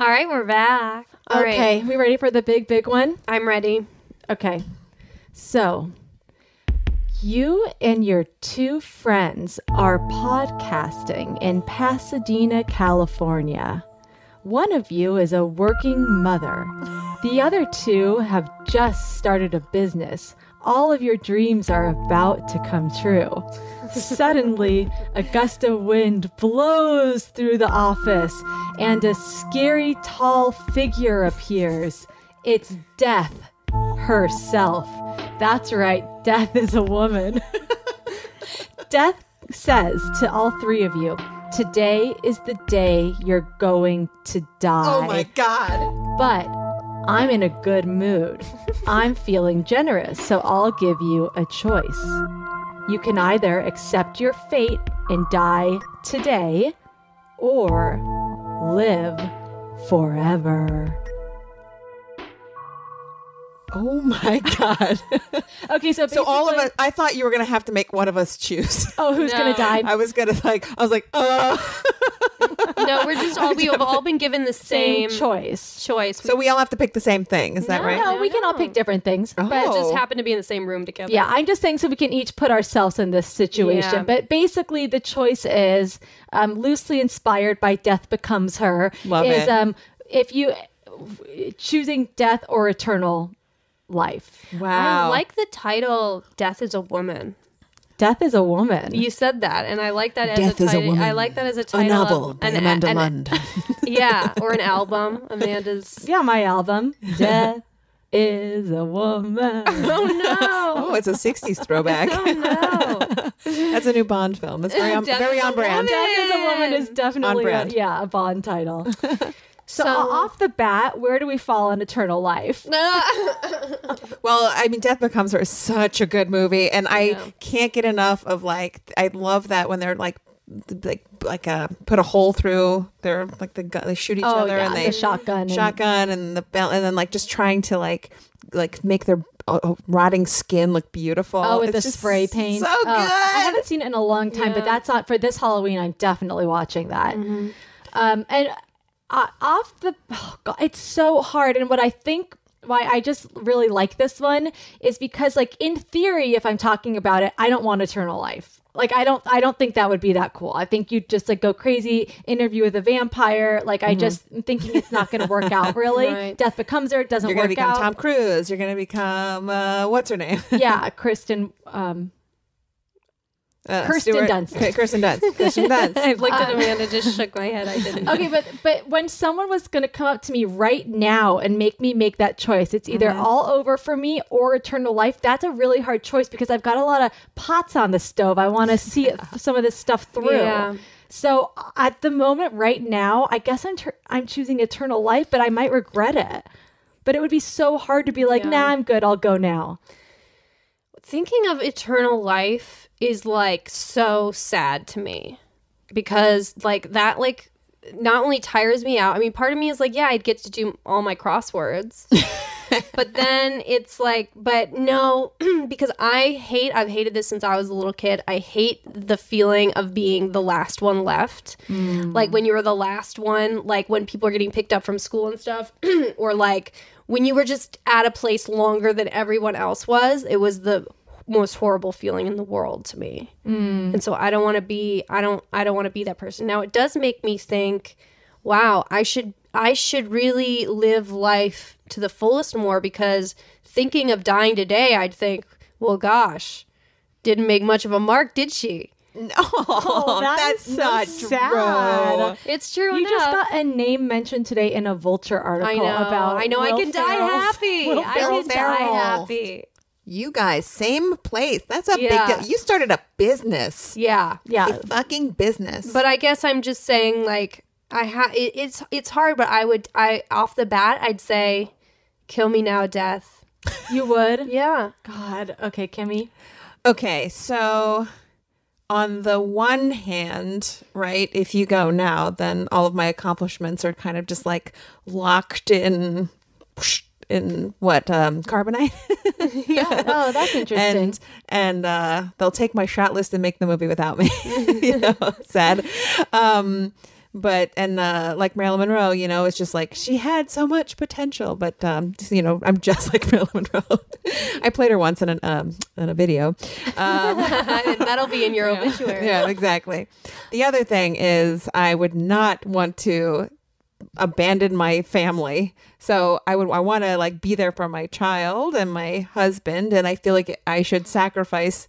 Speaker 2: All right, we're back. All right,
Speaker 1: okay, we ready for the big, big one?
Speaker 2: I'm ready.
Speaker 1: Okay. So, you and your two friends are podcasting in Pasadena, California. One of you is a working mother. The other two have just started a business. All of your dreams are about to come true. Suddenly, a gust of wind blows through the office, and a scary tall figure appears. It's Death herself. That's right, Death is a woman. [LAUGHS] Death says to all three of you, Today is the day you're going to die.
Speaker 3: oh my god!
Speaker 1: But I'm in a good mood. I'm feeling generous, so I'll give you a choice. You can either accept your fate and die today or live forever.
Speaker 3: Oh my god!
Speaker 1: [LAUGHS] Okay, so
Speaker 3: so all of
Speaker 1: basically-
Speaker 3: us. I thought you were gonna have to make one of us choose.
Speaker 1: Oh, who's
Speaker 2: No.
Speaker 1: gonna die?
Speaker 3: I was gonna like. I was like, uh.
Speaker 2: No, we're just all we have all been given the
Speaker 1: same
Speaker 2: same,
Speaker 1: choice.
Speaker 2: choice.
Speaker 3: So we all have to pick the same thing. Is that
Speaker 2: No.
Speaker 3: right?
Speaker 1: No, we can all pick different things.
Speaker 2: but
Speaker 3: Oh.
Speaker 2: just happen to be in the same room together.
Speaker 1: Yeah, I'm just saying so we can each put ourselves in this situation.
Speaker 2: Yeah.
Speaker 1: But basically, the choice is um, loosely inspired by Death Becomes Her.
Speaker 3: Love
Speaker 1: is
Speaker 3: it.
Speaker 1: um, if you choosing death or eternal life.
Speaker 3: Wow.
Speaker 2: I like the title "Death is a Woman."
Speaker 1: Death is a woman.
Speaker 2: You said that, and I like that as
Speaker 3: Death
Speaker 2: a
Speaker 3: is a
Speaker 2: title.
Speaker 3: Woman,
Speaker 2: I like that as a title. of an, an- [LAUGHS]
Speaker 1: [LAUGHS]
Speaker 2: yeah, or an album. Amanda's.
Speaker 1: yeah, my [LAUGHS] album. Death is
Speaker 3: [LAUGHS]
Speaker 1: a woman.
Speaker 2: Oh [LAUGHS] no!
Speaker 3: Oh, it's a '60s throwback.
Speaker 1: [LAUGHS]
Speaker 2: No.
Speaker 3: That's a new Bond film. That's very on,
Speaker 2: Death
Speaker 3: very
Speaker 2: is a
Speaker 3: on brand.
Speaker 2: woman.
Speaker 1: Death is a woman is definitely a,
Speaker 3: brand.
Speaker 1: yeah a Bond title. so,
Speaker 2: So,
Speaker 1: off the bat, where do we fall on eternal life?
Speaker 3: Well, I mean, Death Becomes Her is such a good movie, and I can't get enough of like. I love that when they're like, th- like, like uh, put a hole through. They're like the gun. They shoot each
Speaker 1: Oh,
Speaker 3: other,
Speaker 1: yeah,
Speaker 3: and
Speaker 1: the
Speaker 3: they
Speaker 1: shotgun and-
Speaker 3: shotgun, and the bell, and then like just trying to like, like make their uh, uh, rotting skin look beautiful.
Speaker 1: Oh, with
Speaker 3: It's
Speaker 1: the
Speaker 3: just
Speaker 1: spray paint.
Speaker 3: So
Speaker 1: Oh,
Speaker 3: good.
Speaker 1: I haven't seen it in a long time, but that's on for this Halloween. I'm definitely watching that.
Speaker 3: Mm-hmm.
Speaker 1: Um, and uh, off the, oh God, it's so hard. And what I think why I just really like this one is because, like in theory, if I'm talking about it, I don't want eternal life. Like I don't I don't think that would be that cool. I think you'd just like go crazy, interview with a vampire. Like
Speaker 3: Mm-hmm.
Speaker 1: I just am thinking it's not gonna
Speaker 3: [LAUGHS]
Speaker 1: work out really.
Speaker 2: Right.
Speaker 1: Death becomes her, it doesn't
Speaker 3: You're
Speaker 1: work
Speaker 3: gonna become
Speaker 1: out.
Speaker 3: Tom Cruise. You're gonna become uh, what's her name? [LAUGHS]
Speaker 1: yeah, Kristen um
Speaker 3: Uh,
Speaker 1: Kirsten
Speaker 3: Stewart-
Speaker 1: Dunst.
Speaker 3: K- Kirsten Dunst. Kirsten Dunst. Uh,
Speaker 2: I looked at [LAUGHS] Amanda, just shook my head. I didn't.
Speaker 1: [LAUGHS] okay, but but when someone was going to come up to me right now and make me make that choice, it's either all over for me or eternal life. That's a really hard choice because I've got a lot of pots on the stove. I want to see it, some of this stuff through.
Speaker 2: Yeah.
Speaker 1: So at the moment, right now, I guess I'm tur I'm choosing eternal life, but I might regret it. But it would be so hard to be like, nah, I'm good. I'll go now.
Speaker 2: thinking of eternal life is like so sad to me because like that like not only tires me out i mean part of me is like yeah i'd get to do all my crosswords but then it's like but no [CLEARS THROAT] because i hate i've hated this since i was a little kid i hate the feeling of being the last one left like when you were the last one like when people are getting picked up from school and stuff [CLEARS THROAT] or like when you were just at a place longer than everyone else was it was the most horrible feeling in the world to me and so i don't want to be i don't i don't want to be that person now it does make me think wow i should i should really live life to the fullest more because thinking of dying today i'd think well gosh didn't make much of a mark did she
Speaker 3: Oh,
Speaker 1: that
Speaker 3: that's
Speaker 1: is so
Speaker 3: not
Speaker 1: sad.
Speaker 3: true.
Speaker 2: it's true
Speaker 1: You
Speaker 2: enough.
Speaker 1: just got a name mentioned today in a Vulture article
Speaker 2: I know.
Speaker 1: about.
Speaker 2: I know. I
Speaker 1: Will
Speaker 2: can die
Speaker 1: Ferrell's-
Speaker 2: happy.
Speaker 1: [LAUGHS] Will
Speaker 2: I
Speaker 3: Ferrell
Speaker 2: can
Speaker 3: Ferrell.
Speaker 2: die happy.
Speaker 3: You guys, same place. That's a
Speaker 2: Yeah.
Speaker 3: big deal. You started a business.
Speaker 2: Yeah.
Speaker 1: Yeah,
Speaker 3: A fucking business.
Speaker 2: But I guess I'm just saying, like, I have. It, it's it's hard, but I would. I off the bat, I'd say, "Kill me now, death."
Speaker 1: you would.
Speaker 2: Yeah.
Speaker 1: God.
Speaker 3: [LAUGHS]
Speaker 1: Okay, Kimmy.
Speaker 3: Okay, so on the one hand, right, if you go now, then all of my accomplishments are kind of just like locked in in what um carbonite
Speaker 1: Oh, that's interesting.
Speaker 3: and and uh they'll take my shot list and make the movie without me [LAUGHS] you know sad um but and uh like marilyn monroe you know it's just like she had so much potential but um just, you know i'm just [LAUGHS] like marilyn monroe i played her once in an um in a video um
Speaker 2: And that'll be in your obituary.
Speaker 3: yeah, exactly. The other thing is, I would not want to abandon my family. So I would, I want to like be there for my child and my husband, and I feel like I should sacrifice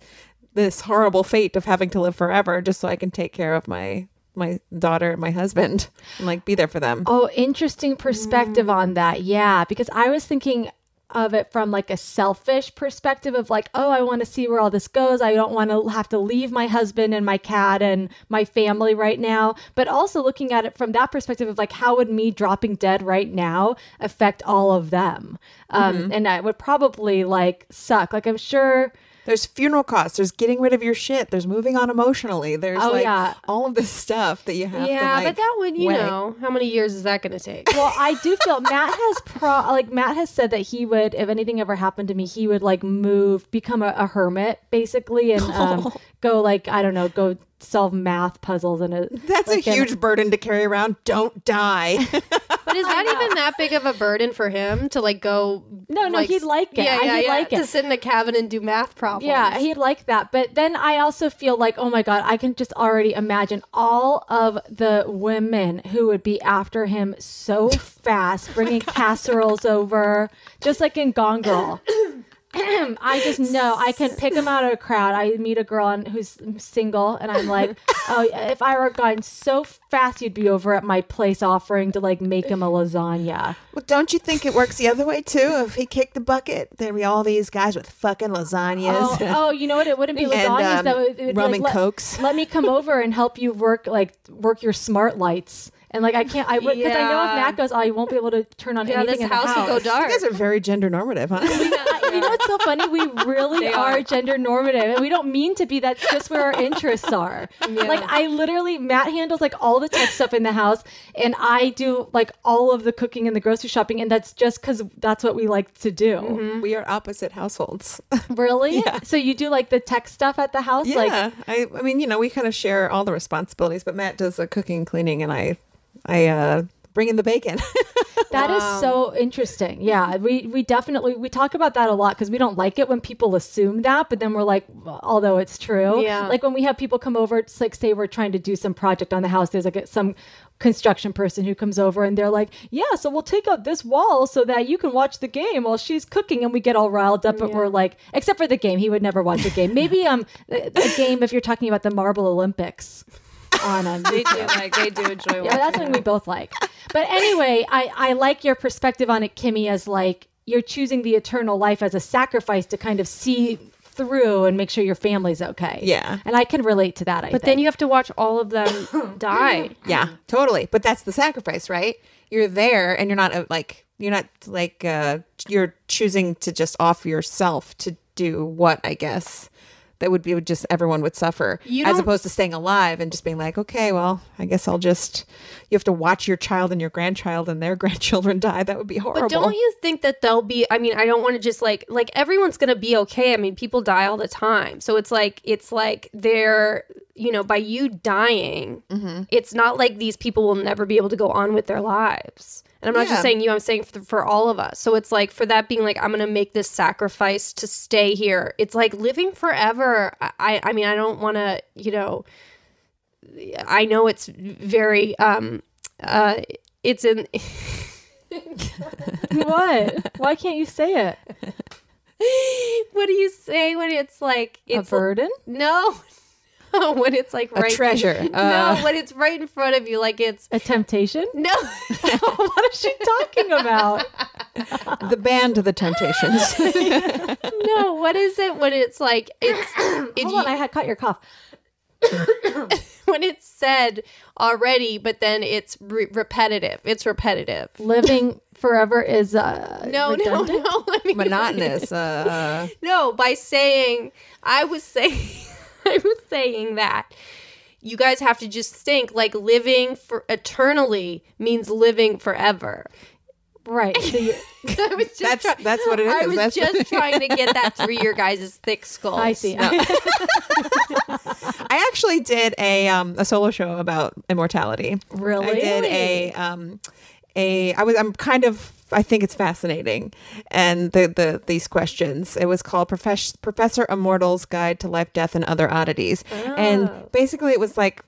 Speaker 3: this horrible fate of having to live forever just so I can take care of my my daughter and my husband and like be there for them.
Speaker 1: Oh, interesting perspective on that. Yeah, because I was thinking of it from like a selfish perspective of like, oh, I want to see where all this goes. I don't want to have to leave my husband and my cat and my family right now. But also looking at it from that perspective of like, how would me dropping dead right now affect all of them? Um, And that would probably like suck. Like, I'm sure.
Speaker 3: There's funeral costs. There's getting rid of your shit. There's moving on emotionally. There's
Speaker 1: Oh,
Speaker 3: like
Speaker 1: yeah.
Speaker 3: all of this stuff that you have. to,
Speaker 2: Yeah,
Speaker 3: like,
Speaker 2: but that would you
Speaker 3: weigh.
Speaker 2: know how many years is that going to [LAUGHS] take?
Speaker 1: Well, I do feel Matt has pro like Matt has said that he would, if anything ever happened to me, he would like move, become a, a hermit basically, and
Speaker 3: [LAUGHS]
Speaker 1: um, go like I don't know, go solve math puzzles and a.
Speaker 3: That's
Speaker 1: like
Speaker 3: a
Speaker 1: in-
Speaker 3: huge burden to carry around. Don't die.
Speaker 2: But is that even that big of a burden for him to like go?
Speaker 1: No, no, he'd like it.
Speaker 2: Yeah,
Speaker 1: I-
Speaker 2: yeah,
Speaker 1: he'd
Speaker 2: yeah.
Speaker 1: like it.
Speaker 2: to sit in a cabin and do math problems.
Speaker 1: Yeah, he'd like that. But then I also feel like, oh my God, I can just already imagine all of the women who would be after him so fast, bringing casseroles over, just like in Gone Girl. I just know I can pick him out of a crowd. I meet a girl and who's single, and I'm like, oh, if I were gone so fast, you'd be over at my place offering to like make him a lasagna.
Speaker 3: [LAUGHS] Well, don't you think it works the other way too? If he kicked the bucket, there'd be all these guys with fucking lasagnas.
Speaker 1: Oh, oh, you know what? It wouldn't be
Speaker 3: [LAUGHS] And,
Speaker 1: lasagnas
Speaker 3: um,
Speaker 1: though. It would be
Speaker 3: rum
Speaker 1: like,
Speaker 3: and
Speaker 1: let-
Speaker 3: Cokes.
Speaker 1: Let
Speaker 3: [LAUGHS]
Speaker 1: me come over and help you work like work your smart lights. And like I can't, I would because I know if
Speaker 2: Yeah.
Speaker 1: Matt goes, oh, you won't be able to turn on
Speaker 2: yeah.
Speaker 1: anything
Speaker 2: This
Speaker 1: in the
Speaker 2: house would go
Speaker 3: [LAUGHS] you
Speaker 2: dark.
Speaker 1: [LAUGHS]
Speaker 3: guys are very gender normative, [LAUGHS] huh?
Speaker 1: I- you know what's so
Speaker 2: [LAUGHS]
Speaker 1: funny? We really are, gender normative, and we don't mean to be. That's just where our interests are. Like I literally, Matt handles like all the tech stuff in the house, and I do like all of the cooking and the grocery shopping, and that's just because that's what we like to do.
Speaker 2: Mm-hmm.
Speaker 3: we are opposite households. [LAUGHS]
Speaker 1: Really? So you do like the tech stuff at the house,
Speaker 3: yeah,
Speaker 1: like
Speaker 3: I, I mean, you know, we kind of share all the responsibilities, but Matt does the cooking, cleaning, and I, I uh, bring in the bacon. [LAUGHS]
Speaker 1: That is so interesting. Yeah, we we definitely we talk about that a lot because we don't like it when people assume that, but then we're like, well, although it's true.
Speaker 2: Yeah.
Speaker 1: Like when we have people come over, it's like say we're trying to do some project on the house. There's like a- some construction person who comes over and they're like, yeah, so we'll take out this wall so that you can watch the game while she's cooking, and we get all riled up, but we're like, except for the game, he would never watch a game. Maybe um a, a game if you're talking about the Marble Olympics. On um,
Speaker 2: They do like they do enjoy.
Speaker 1: yeah, that's one we both like. But anyway, I, I like your perspective on it, Kimmy, as like you're choosing the eternal life as a sacrifice to kind of see through and make sure your family's okay.
Speaker 3: Yeah.
Speaker 1: And I can relate to that, I
Speaker 2: But then you have to watch all of [COUGHS] them die.
Speaker 3: Yeah, totally. But that's the sacrifice, right? You're there and you're not uh, like you're not like uh you're choosing to just offer yourself to do what I guess that would be would just everyone would suffer
Speaker 2: You
Speaker 3: as
Speaker 2: don't-
Speaker 3: opposed to staying alive and just being like, okay, well, I guess I'll just you have to watch your child and your grandchild and their [LAUGHS] grandchildren die. That would be horrible.
Speaker 2: But don't you think that they'll be? I mean, I don't want to just like like everyone's gonna be okay. I mean, people die all the time, so it's like it's like they're you know by you dying,
Speaker 3: Mm-hmm.
Speaker 2: it's not like these people will never be able to go on with their lives. And I'm not
Speaker 3: Yeah.
Speaker 2: just saying you; I'm saying for, for all of us. So it's like for that being like I'm gonna make this sacrifice to stay here. It's like living forever. I I, I mean, I don't want to you know. I know it's very um uh it's in
Speaker 1: you what? [LAUGHS] Why can't you say it?
Speaker 2: what do you say when it's like it's
Speaker 1: a burden?
Speaker 2: no [LAUGHS] when it's like right [LAUGHS]
Speaker 3: treasure.
Speaker 2: no
Speaker 3: Uh.
Speaker 2: when it's right in front of you like it's
Speaker 1: A temptation?
Speaker 2: no
Speaker 1: [LAUGHS]
Speaker 2: [LAUGHS]
Speaker 1: what is she talking about?
Speaker 3: the band of the temptations?
Speaker 2: [LAUGHS]
Speaker 3: [LAUGHS]
Speaker 2: no what is it when it's like it's it,
Speaker 1: [COUGHS] Hold on, I had caught your cough.
Speaker 2: [LAUGHS] when it's said already but then it's re- repetitive it's repetitive
Speaker 1: Living forever is uh
Speaker 2: no [LAUGHS]
Speaker 1: redundant?
Speaker 2: no no let me
Speaker 3: Monotonous. Uh,
Speaker 2: No, by saying I was saying [LAUGHS] I was saying that you guys have to just think like living for eternally means living forever. [LAUGHS]
Speaker 1: Right. So you
Speaker 2: I was just
Speaker 3: That's-
Speaker 2: try-
Speaker 3: that's what it
Speaker 2: I
Speaker 3: is.
Speaker 2: was
Speaker 3: That's-
Speaker 2: just trying to get that through [LAUGHS] your guys' thick skulls.
Speaker 1: I see.
Speaker 3: I actually did a um, a solo show about immortality.
Speaker 1: Really?
Speaker 3: I did a um a I was I'm kind of I think it's fascinating and the the these questions. It was called Profes- Professor Immortal's Guide to Life, Death and Other Oddities. And basically it was like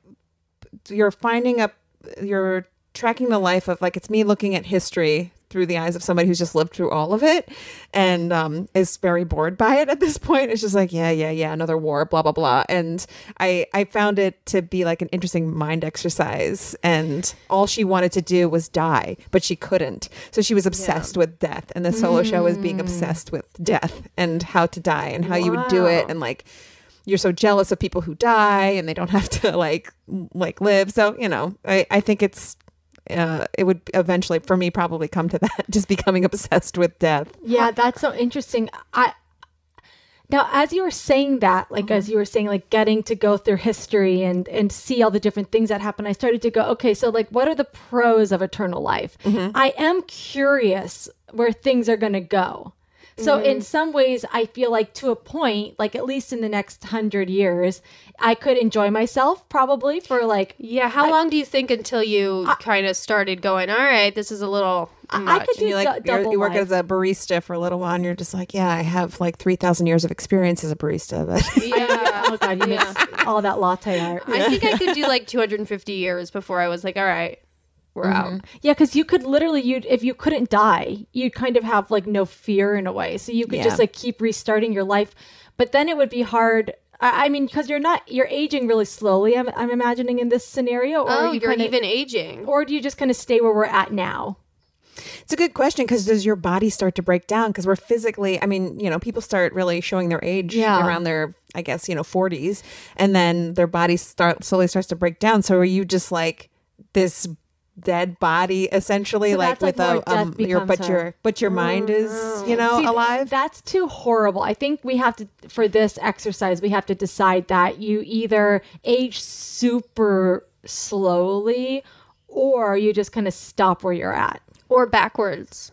Speaker 3: you're finding up you're tracking the life of like it's me looking at history through the eyes of somebody who's just lived through all of it and um, is very bored by it at this point it's just like yeah yeah yeah another war blah blah blah and i i found it to be like an interesting mind exercise and all she wanted to do was die but she couldn't so she was obsessed with death and the solo show was being obsessed with death and how to die and how you would do it and like you're so jealous of people who die and they don't [LAUGHS] have to like like live so you know i, I think it's uh, it would eventually for me probably come to [LAUGHS] that just becoming obsessed with death
Speaker 1: Yeah, that's so interesting. I now as you were saying that, like
Speaker 3: Mm-hmm.
Speaker 1: as you were saying, like getting to go through history and and see all the different things that happen, I started to go, okay, so like what are the pros of eternal life?
Speaker 3: Mm-hmm.
Speaker 1: I am curious where things are gonna go. So
Speaker 3: Mm-hmm.
Speaker 1: in some ways I feel like to a point, like at least in the next hundred years, I could enjoy myself probably for like
Speaker 2: [LAUGHS] Yeah, how long do you think until you kind of started going, "All right, this is a little
Speaker 1: I could do
Speaker 3: you like
Speaker 1: du-
Speaker 3: you're-
Speaker 1: double
Speaker 3: you work
Speaker 1: life.
Speaker 3: as a barista for a little while and you're just like yeah i have like 3000 years of experience as a barista but
Speaker 2: yeah.
Speaker 1: oh
Speaker 2: [LAUGHS]
Speaker 3: [LAUGHS]
Speaker 1: god, you mix all that latte art.
Speaker 2: I think I could [LAUGHS] do like 250 years before I was like, "All right, we're out."
Speaker 1: Yeah, because you could literally, you would if you couldn't die, you'd kind of have like no fear in a way. So you could just
Speaker 3: Yeah.
Speaker 1: like keep restarting your life, but then it would be hard. I I mean, because you're not you're aging really slowly. I'm, I'm imagining in this scenario, or
Speaker 2: Oh,
Speaker 1: you
Speaker 2: you're
Speaker 1: kinda-
Speaker 2: even aging.
Speaker 1: or do you just kind of stay where we're at now?
Speaker 3: it's a good question because does your body start to break down because we're physically i mean you know people start really showing their age
Speaker 1: Yeah.
Speaker 3: around their i guess you know 40s and then their body start slowly starts to break down so are you just like this dead body essentially
Speaker 1: So
Speaker 3: like
Speaker 1: that's, like,
Speaker 3: with
Speaker 1: where
Speaker 3: a um,
Speaker 1: death
Speaker 3: your
Speaker 1: becomes
Speaker 3: but
Speaker 1: a-
Speaker 3: your but your mind is you know
Speaker 1: See, th-
Speaker 3: Oh, alive
Speaker 1: That's too horrible. I think we have to for this exercise we have to decide that you either age super slowly or you just kind of stop where you're at.
Speaker 2: Or backwards.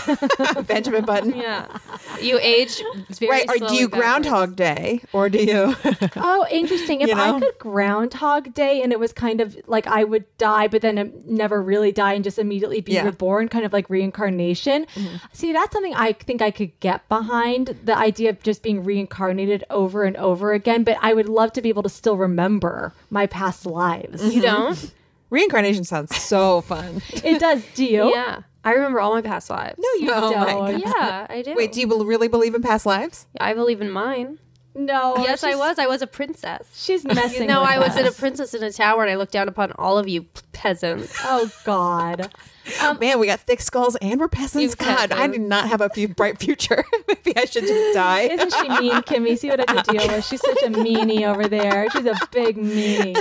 Speaker 1: [LAUGHS]
Speaker 3: Benjamin Button.
Speaker 2: Yeah. [LAUGHS] You age very
Speaker 3: Right. Or do
Speaker 2: slowly
Speaker 3: you
Speaker 2: backwards.
Speaker 3: Groundhog Day? Or do
Speaker 1: [LAUGHS]
Speaker 3: you? [LAUGHS]
Speaker 1: Oh, interesting. If
Speaker 3: You know?
Speaker 1: I could Groundhog Day and it was kind of like I would die, but then um, never really die and just immediately be
Speaker 3: Yeah. Mm-hmm.
Speaker 1: reborn, kind of like reincarnation. See, that's something I think I could get behind the idea of just being reincarnated over and over again. But I would love to be able to still remember my past lives.
Speaker 3: [LAUGHS]
Speaker 2: You [LAUGHS] don't?
Speaker 3: Reincarnation sounds so fun.
Speaker 1: it does. Do you?
Speaker 2: yeah. I remember all my past lives. No,
Speaker 1: You
Speaker 3: Oh my
Speaker 1: don't.
Speaker 2: Yeah, I do.
Speaker 3: Wait, do you bel- really believe in past lives?
Speaker 2: I believe in mine.
Speaker 1: No.
Speaker 2: yes, I
Speaker 1: she's-
Speaker 2: was. I was a princess.
Speaker 1: She's messing.
Speaker 2: No,
Speaker 1: with
Speaker 2: I was in a
Speaker 1: us.
Speaker 2: princess in a tower, and I looked down upon all of you p- peasants.
Speaker 1: Oh God.
Speaker 3: Man, we got thick skulls and we're peasants.
Speaker 2: You
Speaker 3: God, I
Speaker 2: peasants.
Speaker 3: did not have a few bright future. [LAUGHS] Maybe I should just die.
Speaker 1: Isn't she mean, Kimmy? See what I have to deal with. She's such a meanie over there. She's a big meanie.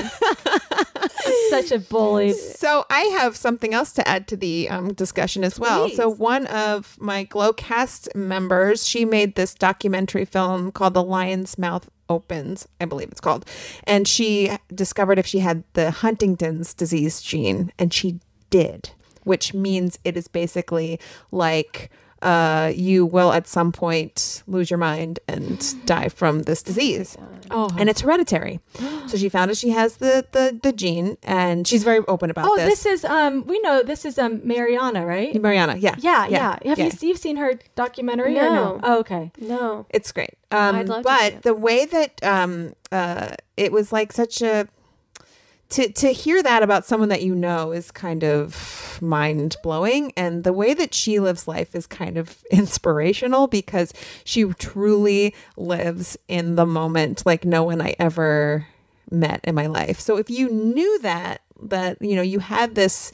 Speaker 1: Such a bully.
Speaker 3: So I have something else to add to the um, discussion as well. So one of my Glowcast members, she made this documentary film called The Lion's Mouth Opens, I believe it's called, and she discovered if she had the Huntington's disease gene, and she did, which means it is basically like uh, you will at some point lose your mind and die from this disease. Oh, and it's hereditary. so she found out she has the the, the gene, and she's very open about
Speaker 1: Oh,
Speaker 3: this.
Speaker 1: this is um. We know this is um Mariana, right?
Speaker 3: Mariana, yeah,
Speaker 1: Yeah, yeah. Have
Speaker 3: yeah.
Speaker 1: you you've seen her documentary? or
Speaker 2: No.
Speaker 1: Oh, okay.
Speaker 2: No.
Speaker 3: It's great. Um,
Speaker 2: I'd love to
Speaker 3: but
Speaker 2: see it.
Speaker 3: the way that um, uh, it was like such a to to hear that about someone that you know is kind of mind blowing, and the way that she lives life is kind of [LAUGHS] inspirational because she truly lives in the moment, like no one I ever met in my life. So if you knew that that you know you had this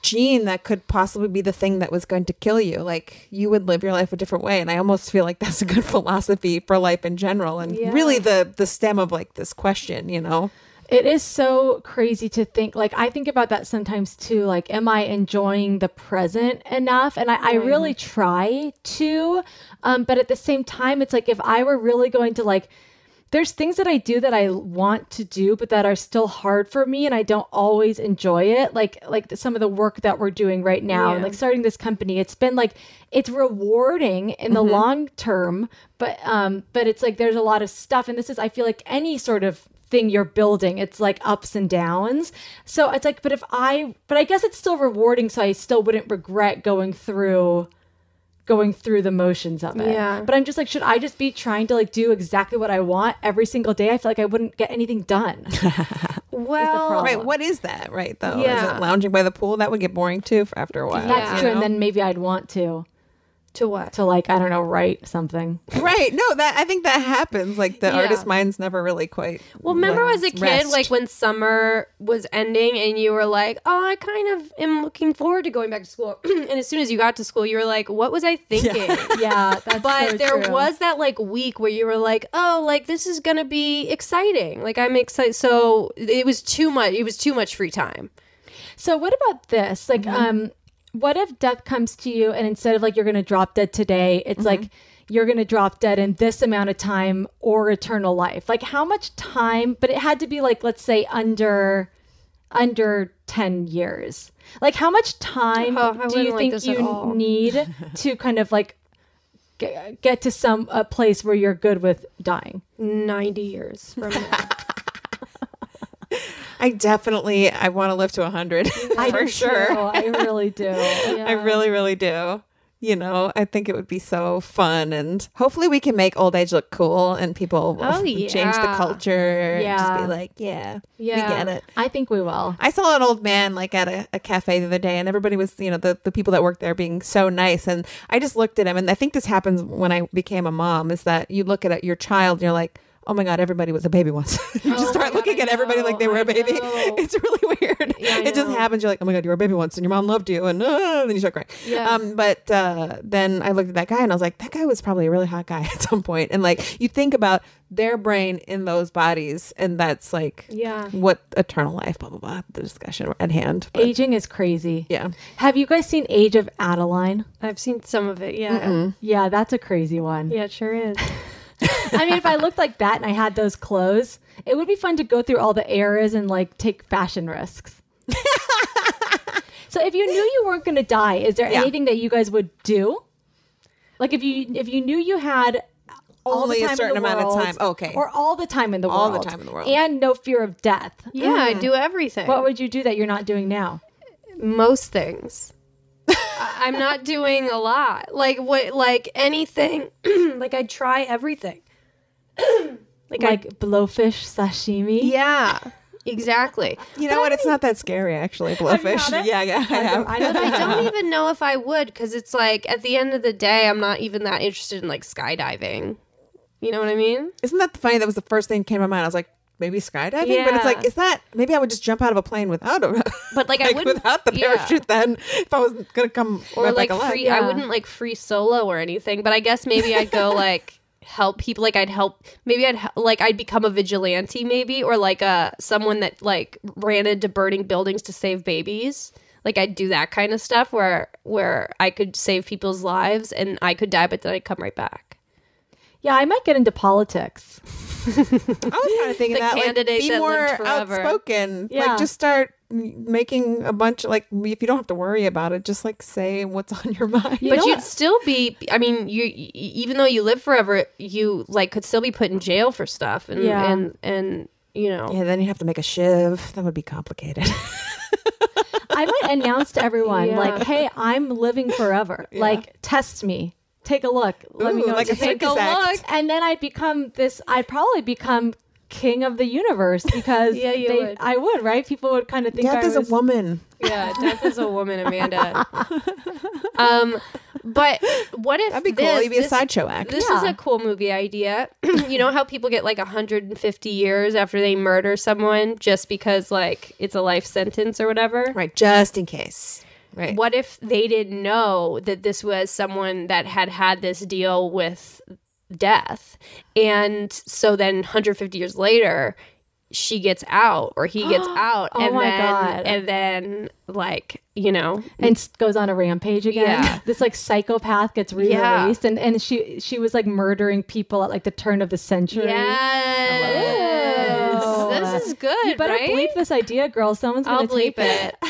Speaker 3: gene that could possibly be the thing that was going to kill you like you would live your life a different way and i almost feel like that's a good [LAUGHS] philosophy for life in general and really the the stem of like this question you know
Speaker 1: It is so crazy to think. Like, I think about that sometimes too. Like, am I enjoying the present enough? And I, I really try to. Um, but at the same time, it's like if I were really going to, like, there's things that I do that I want to do, but that are still hard for me, and I don't always enjoy it. Like, like the- some of the work that we're doing right now, and like starting this company, it's been like it's rewarding in the long term, but um, but it's like there's a lot of stuff, and this is I feel like any sort of thing you're building it's like ups and downs so it's like but if i but i guess it's still rewarding so i still wouldn't regret going through going through the motions of it
Speaker 2: Yeah.
Speaker 1: but i'm just like should i just be trying to like do exactly what i want every single day i feel like i wouldn't get anything [LAUGHS] done
Speaker 2: Well,
Speaker 3: right what is that right though is
Speaker 2: Yeah.
Speaker 3: it lounging by the pool that would get boring too for after a while
Speaker 1: that's
Speaker 2: Yeah.
Speaker 1: true and then maybe i'd want to
Speaker 2: to what?
Speaker 1: to like i don't know write something
Speaker 3: right no that i think that happens like the
Speaker 2: Yeah.
Speaker 3: artist mind's never really quite
Speaker 2: Well, remember
Speaker 3: like,
Speaker 2: as a kid,
Speaker 3: rest.
Speaker 2: like when summer was ending, and you were like, "Oh, I kind of am looking forward to going back to school." [CLEARS THROAT] and as soon as you got to school, you were like, "What [LAUGHS] was I thinking?"
Speaker 1: [LAUGHS] yeah that's
Speaker 2: But
Speaker 1: so
Speaker 2: there
Speaker 1: true.
Speaker 2: was that like week where you were like, "Oh, like this is gonna be exciting." Like I'm excited. So it was too much. It was too much free time.
Speaker 1: So what about this? Like,
Speaker 2: Mm-hmm.
Speaker 1: um, what if death comes to you and instead of like you're gonna drop dead today, it's like
Speaker 2: Mm-hmm.
Speaker 1: you're gonna drop dead in this amount of time or eternal life? Like how much time? But it had to be like let's say under under ten years. Like how much time
Speaker 2: Oh, I
Speaker 1: do
Speaker 2: wouldn't
Speaker 1: you
Speaker 2: like
Speaker 1: think
Speaker 2: this at all.
Speaker 1: you need
Speaker 2: [LAUGHS]
Speaker 1: to kind of like g- get to some a place where you're good with dying?
Speaker 2: 90 years [LAUGHS] from now.
Speaker 3: i definitely i want to live to 100 for
Speaker 1: do
Speaker 3: sure
Speaker 1: too. I
Speaker 2: [LAUGHS]
Speaker 1: really do.
Speaker 3: I really, really do. You know, I think it would be so fun, and hopefully, we can make old age look cool, and people will
Speaker 2: Oh,
Speaker 3: [LAUGHS] change the
Speaker 2: yeah.
Speaker 3: culture. and
Speaker 1: Yeah.
Speaker 3: just be like, yeah,
Speaker 2: Yeah.
Speaker 3: we get it.
Speaker 1: I think we will.
Speaker 3: I saw an old man like at a, a cafe the other day, and everybody was, you know, the, the people that worked there being so nice. And I just looked at him, and I think this happens when I became a mom is that you look at your child and you're like, oh my God, everybody was a baby once. [LAUGHS] you just start looking at everybody like they were a baby. [LAUGHS] It's really weird. it just happens. You're like, oh my God, you were a baby once, and your mom loved you, and uh, then you start crying. Um, but uh, then I looked at that guy, and I was like, that guy was probably a really hot guy [LAUGHS] at some point. And like, you think about their brain in those bodies, and that's like,
Speaker 2: Yeah.
Speaker 3: what eternal life, blah blah blah. The discussion at hand. But,
Speaker 1: Aging is crazy.
Speaker 3: yeah,
Speaker 1: Have you guys seen Age of Adeline?
Speaker 2: I've seen some of it. Yeah.
Speaker 1: Yeah, that's a crazy one.
Speaker 2: Yeah, it sure is.
Speaker 1: [LAUGHS] I mean, if I looked like that and I had those clothes,
Speaker 3: [LAUGHS]
Speaker 1: it would be fun to go through all the eras and like take fashion risks. So if you knew you weren't going to die, is there
Speaker 3: Yeah.
Speaker 1: anything that you guys would do? Like if you if you knew you had all
Speaker 3: Only
Speaker 1: the
Speaker 3: a
Speaker 1: time in
Speaker 3: certain
Speaker 1: the
Speaker 3: amount of
Speaker 1: world,
Speaker 3: time. Okay.
Speaker 1: or all the time in the
Speaker 3: All
Speaker 1: world,
Speaker 3: the time in the world.
Speaker 1: and no fear of death. Mm.
Speaker 2: Yeah, I do everything.
Speaker 1: What would you do that you're not doing now?
Speaker 2: most things. I- I'm not doing a lot. Like what? Like anything. [CLEARS THROAT] like I try everything. [CLEARS THROAT] like,
Speaker 1: Like
Speaker 2: I.
Speaker 1: blowfish sashimi.
Speaker 2: Yeah. Exactly.
Speaker 3: You know what? It's not that scary, actually. Blowfish. [LAUGHS] Yeah, yeah, I have.
Speaker 1: I know
Speaker 2: I [LAUGHS]
Speaker 1: that.
Speaker 2: don't even know if I would because it's like at the end of the day, I'm not even that interested in like skydiving. You know what I mean?
Speaker 3: Isn't that funny? That was the first thing that came to my mind. I was like, maybe skydiving, but it's like,
Speaker 2: Yeah.
Speaker 3: is that maybe I would just jump out of a plane without a, [LAUGHS]
Speaker 2: But, like, I
Speaker 3: like
Speaker 2: wouldn't-
Speaker 3: without the
Speaker 2: yeah.
Speaker 3: parachute. Then if I was gonna come
Speaker 2: Or
Speaker 3: right
Speaker 2: like
Speaker 3: back alive.
Speaker 2: free, I wouldn't like free solo or anything. But I guess maybe I'd go like help people. Like I'd help. Maybe I'd hel- like I'd become a vigilante, maybe, or like a someone that like ran into burning buildings to save babies. Like I'd do that kind of stuff where where I could save people's lives and I could die, but then I'd come right back.
Speaker 1: Yeah, I might get into politics.
Speaker 3: I was
Speaker 2: [LAUGHS]
Speaker 3: kind of thinking
Speaker 2: The
Speaker 3: that like,
Speaker 2: candidate
Speaker 3: be
Speaker 2: that
Speaker 3: more
Speaker 2: lived forever.
Speaker 3: outspoken.
Speaker 1: Yeah.
Speaker 3: Like just start m- making a bunch. Like if you don't have to worry about it, just like say what's [LAUGHS] on your mind.
Speaker 2: but you'd still be. I mean, you y- even though you live forever, you like could still be put in jail for stuff and
Speaker 1: Yeah.
Speaker 2: and and you know.
Speaker 3: yeah, then you have to make a shiv. That would be complicated.
Speaker 1: I might announce to everyone,
Speaker 2: Yeah.
Speaker 1: like, hey, I'm living forever. Like, test me. Take a look. Let me
Speaker 3: Ooh,
Speaker 1: know.
Speaker 3: like
Speaker 1: what
Speaker 3: a
Speaker 1: you think.
Speaker 3: circus act.
Speaker 1: And then I'd become this, I'd probably become king of the universe
Speaker 3: [LAUGHS]
Speaker 1: because
Speaker 2: Yeah, you
Speaker 1: they,
Speaker 2: would.
Speaker 1: I would, right? People would kind of think
Speaker 3: Death
Speaker 1: I
Speaker 3: is a
Speaker 1: was-
Speaker 3: woman.
Speaker 2: Yeah, death is a woman,
Speaker 3: [LAUGHS]
Speaker 2: Amanda. um, but what if
Speaker 3: That'd be cool.
Speaker 2: this,
Speaker 3: You'd be a
Speaker 2: this-
Speaker 3: sideshow act.
Speaker 2: This is
Speaker 1: Yeah.
Speaker 2: a cool movie idea. [CLEARS THROAT] you know how people get like 150 years after they murder someone just because like it's a life sentence or whatever.
Speaker 3: Right, just in case. Right.
Speaker 2: What if they didn't know that this was someone that had had this deal with death, and so then 150 years later. She gets out, or he
Speaker 3: [GASPS]
Speaker 2: gets out,
Speaker 1: Oh
Speaker 2: and
Speaker 1: my
Speaker 2: then
Speaker 1: God.
Speaker 2: and then like you know
Speaker 1: and s- goes on a rampage again.
Speaker 2: Yeah.
Speaker 1: This like psychopath gets re-released, and and she she was like murdering people at like the turn of the century.
Speaker 2: Yes. This is good,
Speaker 1: You better
Speaker 2: right?
Speaker 1: bleep this idea, girl. Someone's gonna
Speaker 2: I'll bleep
Speaker 1: tape
Speaker 2: it.
Speaker 1: [LAUGHS]